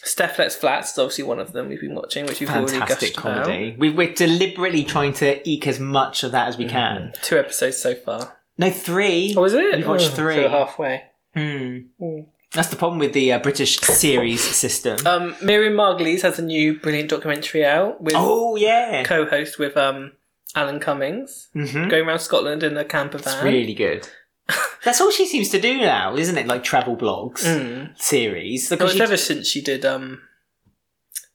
S1: Steph Let's Flats is obviously one of them we've been watching, which we've already
S2: Fantastic
S1: gushed about.
S2: comedy. We, we're deliberately trying to eke as much of that as we can.
S1: Two episodes so far.
S2: No, three.
S1: Mm-hmm. Oh, is it?
S2: We've watched
S1: Oh,
S2: three.
S1: So halfway.
S2: Hmm.
S1: Mm.
S2: That's the problem with the uh, British series system.
S1: Um, Miriam Margulies has a new brilliant documentary out with
S2: oh yeah.
S1: co-host with um, Alan Cummings,
S2: hmm
S1: going around Scotland in a camper
S2: It's
S1: van. [laughs]
S2: really good. That's all she seems to do now, isn't it? Like travel blogs
S1: Mm.
S2: series.
S1: Well,
S2: Because
S1: it's
S2: she-
S1: ever since she did um,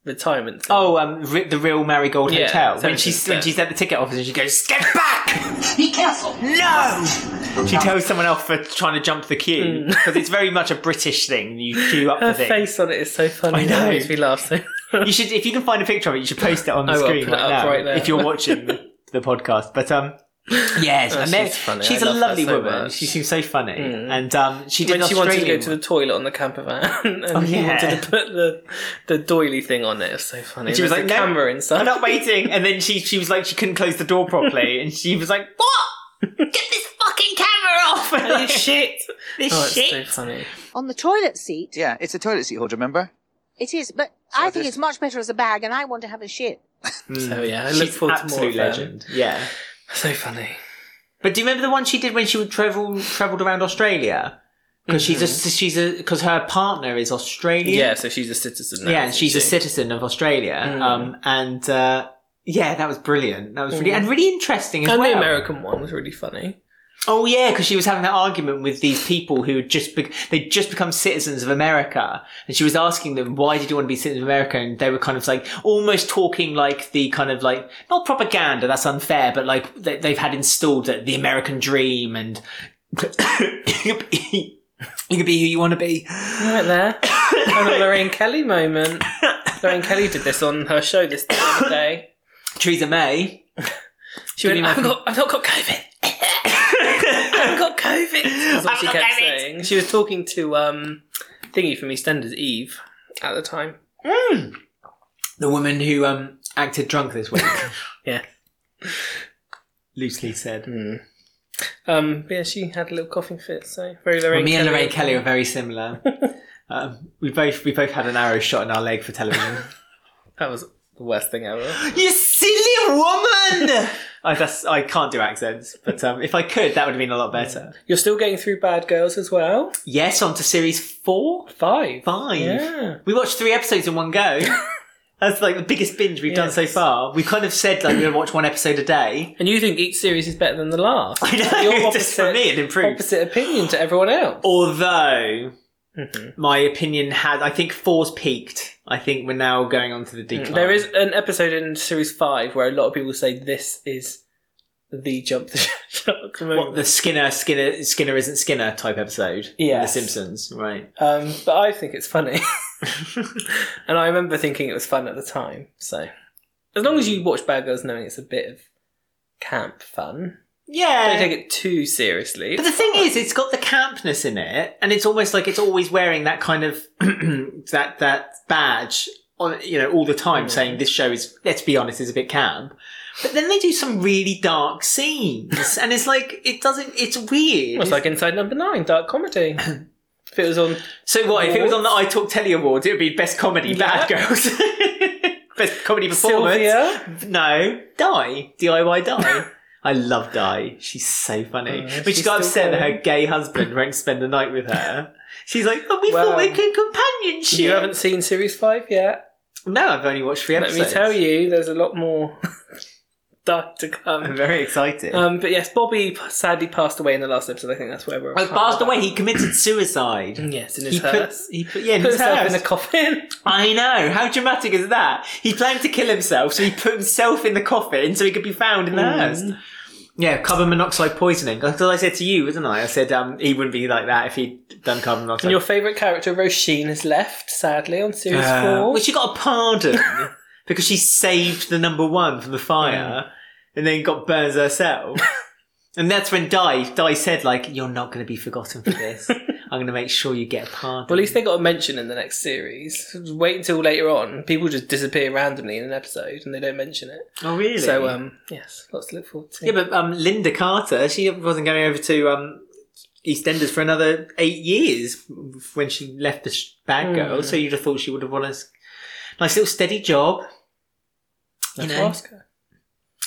S1: retirement. Thing.
S2: Oh, um, re- the real Marigold
S1: Yeah,
S2: Hotel.
S1: so
S2: When
S1: it's
S2: she's
S1: there.
S2: when she's at the ticket office and she goes, "Get back!"
S4: Be careful.
S2: No. She tells someone else for trying to jump the queue
S1: Mm.
S2: because it's very much a British thing. You queue up
S1: her
S2: for things.
S1: face on it is so funny.
S2: I
S1: that
S2: know.
S1: makes me laugh. So.
S2: You should, if you can find a picture of it, you should post it on the
S1: I will
S2: screen
S1: put it
S2: right
S1: up
S2: now
S1: right there.
S2: if you're watching the, the podcast. But um, yes,
S1: Oh,
S2: and there-
S1: she's funny.
S2: she's
S1: I
S2: a
S1: love her
S2: lovely
S1: so
S2: woman.
S1: much.
S2: She seems so funny, and um, she did
S1: when
S2: an
S1: she wanted to go
S2: Australian
S1: to
S2: one.
S1: the toilet on the camper van, [laughs] and
S2: Oh,
S1: he
S2: yeah.
S1: wanted to put the, the doily thing on it. It's so funny.
S2: she was
S1: There's
S2: like,
S1: a
S2: "No,
S1: camera
S2: [laughs] I'm
S1: inside.
S2: not waiting. And then she she was like she couldn't close the door
S1: [laughs]
S2: properly, and she was like, "What? Get this fucking camera off! Like,
S1: shit!
S2: [laughs] this
S1: Oh, it's so
S2: shit!"
S1: funny.
S5: on the toilet seat.
S6: Yeah, it's a toilet seat holder, remember?
S5: It is, but I think
S6: this-
S5: it's much better as a bag, and I want to have a shit.
S1: So yeah, I
S2: Mm. She's
S1: look forward to more
S2: absolute
S1: of them.
S2: legend. Yeah.
S1: So funny.
S2: But do you remember the one she did when she would travel traveled around Australia? Because
S1: Mm-hmm.
S2: she's a she's a because her partner is Australian.
S1: Yeah, so she's a citizen. Now,
S2: yeah, and
S1: isn't
S2: she's a
S1: she?
S2: citizen of Australia. Um, and uh, yeah, that was brilliant. That was really and really interesting as
S1: Mm. And
S2: well.
S1: the American one was really funny.
S2: Oh yeah, because she was having that argument with these people who had just be- they'd just become citizens of America, and she was asking them why did you want to be citizens of America, and they were kind of like almost talking like the kind of like not propaganda that's unfair, but like they- they've had installed that the American dream and [coughs] you could be [coughs] you could be who you want to be.
S1: Right there. and a Lorraine Kelly
S2: [laughs]
S1: moment. Lorraine Kelly did this on her show this the other day.
S2: Theresa May.
S1: She went,
S2: you
S1: I've, got, I've not got [laughs] COVID. I've got COVID. That's what
S2: I've
S1: she
S2: got
S1: kept
S2: COVID.
S1: saying. She was talking to um, Thingy from EastEnders, Eve, at the time.
S2: The woman who um, acted drunk this week.
S1: [laughs] Yeah.
S2: Loosely said.
S1: Um, but yeah, she had a little coughing fit, so very Lorraine
S2: Well, me and
S1: Kelly.
S2: Lorraine Kelly are
S1: [laughs]
S2: very similar. um, we both we both had an arrow shot in our leg
S1: [laughs]
S2: for television.
S1: That was the worst thing ever.
S2: you silly woman! I, that's, I can't do accents, but um, if I could, that would have been a lot better.
S1: You're still getting through Bad Girls as well?
S2: Yes, on to series four,
S1: Five.
S2: five.
S1: Yeah.
S2: We watched three episodes in
S1: [laughs]
S2: one go. That's like the biggest binge we've done so
S1: Yes.
S2: far. We kind of said like we're gonna watch one episode a day. [laughs]
S1: And you think each series is better than the last.
S2: I know,
S1: Your
S2: [laughs] just for me it improved.
S1: opposite opinion to everyone else. Mm-hmm.
S2: Although my opinion has, I think four's peaked. I think we're now going on to the decline.
S1: Mm, There is an episode in series five where a lot of people say this is the jump the [laughs] shark
S2: what
S1: moment.
S2: the Skinner Skinner Skinner isn't Skinner type episode. Yeah, The
S1: Yes.
S2: Simpsons, right?
S1: um, but I think it's
S2: [laughs]
S1: funny, and I remember thinking it was fun at the time. So as long as you watch Bad Girls knowing it's a bit of camp fun, Don't
S2: Yeah.
S1: take it too seriously.
S2: But the thing is, it's got the campness in it, and it's almost like it's always wearing that kind of [clears throat] that that badge on you know all the time,
S1: Mm.
S2: saying this show is. Let's be honest, is a bit camp. But then they do some really
S1: [laughs]
S2: dark scenes, and it's like it doesn't. It's weird.
S1: It's like Inside Number Nine, dark
S2: [coughs]
S1: comedy. if it was on
S2: so what if it was on the I Talk Telly Awards? It would be best comedy, Bad Girls. [laughs] best comedy performance.
S1: Sylvia,
S2: No, die. DIY die. I love Di. She's so funny.
S1: Oh,
S2: but she
S1: she's
S2: got
S1: still
S2: upset that
S1: going.
S2: her gay husband won't spend the night with her. She's like, but we
S1: Well,
S2: thought we could companionship.
S1: you haven't seen series five yet.
S2: No, I've only watched three
S1: Let
S2: episodes.
S1: me tell you, there's a lot more [laughs] dark to come.
S2: I'm very excited.
S1: Um, but yes, Bobby sadly passed away in the last episode. I think that's where we're.
S2: well, passed away. Oh, He committed suicide.
S1: Yes, in his
S2: He put,
S1: hearse.
S2: he put, yeah, in
S1: Put
S2: his
S1: himself in a
S2: hearse.
S1: coffin.
S2: I know. How dramatic is that? He planned to kill himself, so he put himself in the coffin so he could be found in the
S1: Hmm.
S2: hearse. Yeah, carbon monoxide poisoning. That's what I said to you, wasn't I? I said um, he wouldn't be like that if he'd done carbon monoxide.
S1: And your favourite character, Roisin, has left sadly on series
S2: Uh,
S1: four.
S2: Well, she got a pardon [laughs] because she saved the number one from the fire
S1: Hmm.
S2: and then got burns herself. [laughs] and that's when Di, Di said, like, you're not going to be forgotten
S1: [laughs]
S2: for this. I'm going to make sure you get a pardon.
S1: Well, at least they got a mention in the next series. Wait until later on. People just disappear randomly in an episode and they don't mention it.
S2: oh, really?
S1: So, um, yes, lots to look forward to.
S2: yeah, but um, Linda Carter, she wasn't going over to um, EastEnders for another eight years when she left the sh-
S1: Hmm.
S2: Bad Girl. So you'd have thought she would have won a s- nice little steady job.
S1: Have
S2: you
S1: to
S2: know.
S1: ask her.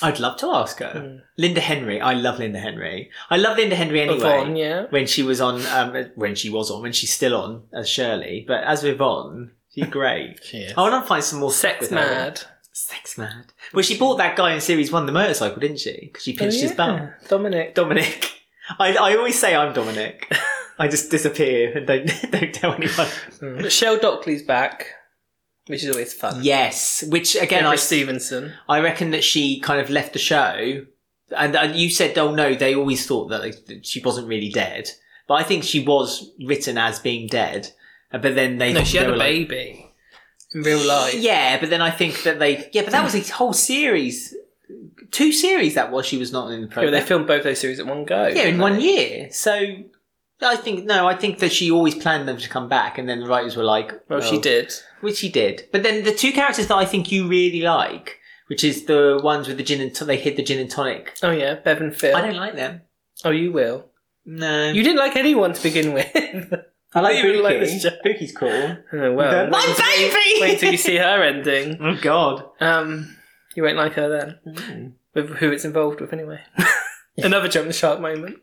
S2: I'd love to ask her.
S1: Hmm.
S2: Linda Henry. I love Linda Henry. I love Linda Henry anyway.
S1: Yvonne, yeah.
S2: When she was on, um, when she was on, when she's still on as Shirley, but as Yvonne,
S1: [laughs]
S2: she's great.
S1: She is.
S2: I want to find some more sex
S1: Sex
S2: with her.
S1: mad.
S2: Sex mad. Well, she bought that guy in series one the motorcycle, didn't she? Because she pinched his
S1: Oh, Yeah.
S2: bum.
S1: Dominic.
S2: Dominic. I, I always say I'm Dominic. I just disappear and don't [laughs] don't tell anyone.
S1: Mm. But Shell Dockley's back, which is always fun.
S2: Yes, which again
S1: Deborah
S2: I
S1: Stevenson.
S2: I reckon that she kind of left the show, and, and you said, "Oh no, they always thought that, like, that she wasn't really dead," but I think she was written as being dead. uh, But then they
S1: No, she
S2: they
S1: had
S2: were
S1: a
S2: like-
S1: baby in real life.
S2: Yeah, but then I think that they yeah, but that was a whole series, two series that was she was not in the
S1: Yeah, but
S2: program.
S1: they filmed both those series at one go.
S2: Yeah, in
S1: didn't
S2: one
S1: they?
S2: year. So I think no, I think that she always planned them to come back, and then the writers were like,
S1: Well, she did.
S2: which she did." But then the two characters that I think you really like, which is the ones with the gin and t- they hid the gin and tonic.
S1: Oh yeah, Bev and Phil.
S2: I don't like them.
S1: Oh, you will.
S2: No.
S1: You didn't like anyone to begin with. [laughs]
S2: I like
S1: You didn't
S2: Buki.
S1: like this show.
S2: Buki's cool.
S1: oh, well,
S2: My
S1: wait-
S2: baby!
S1: Wait
S2: [laughs]
S1: till you see her ending.
S2: Oh god.
S1: Um, you won't like her then.
S2: Mm.
S1: With who it's involved with,
S2: [laughs]
S1: anyway. Another jump the shark moment.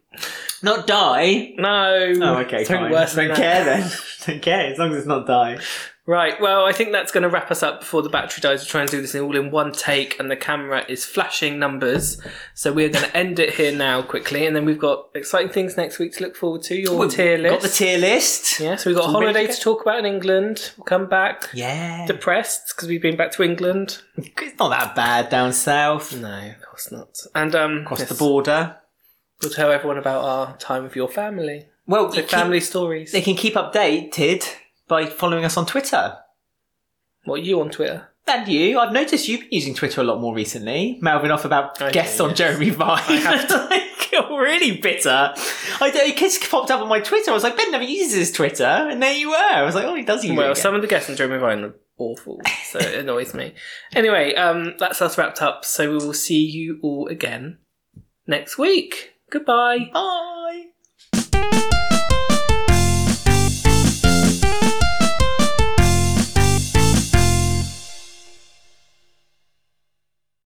S2: Not die.
S1: No.
S2: Oh, okay,
S1: Something
S2: fine.
S1: worse than
S2: Don't
S1: that.
S2: care [laughs] then. Don't care, as long as it's not die.
S1: Right, well, I think that's going to wrap us up before the battery dies. We're trying to do this all in one take, and the camera is flashing numbers. So we're going to end it here now quickly, and then we've got exciting things next week to look forward to. Your tier list.
S2: Got the tier list.
S1: yeah, so we've got a
S2: Ready to
S1: holiday
S2: go?
S1: to talk about in England. We'll come back.
S2: Yeah.
S1: Depressed because we've been back to England.
S2: It's not that bad down south.
S1: No, of course not. And um,
S2: Across
S1: yes,
S2: the border.
S1: we'll tell everyone about our time with your family,
S2: Well, you
S1: the
S2: keep-
S1: family stories.
S2: they can keep updated by following us on Twitter.
S1: What you on Twitter?
S2: And you, I've noticed you've been using Twitter a lot more recently, mouthing off about
S1: I do,
S2: guests on
S1: yes.
S2: Jeremy Vine. [laughs] I
S1: have
S2: feel really bitter. I don't, it just popped up on my Twitter. I was like, Ben never uses his Twitter, and there you were. I was like, oh, he does use
S1: Well,
S2: it.
S1: some of the guests on Jeremy Vine are awful, so it annoys me. Anyway, um, that's us wrapped up. So we will see you all again next week. Goodbye.
S2: Bye.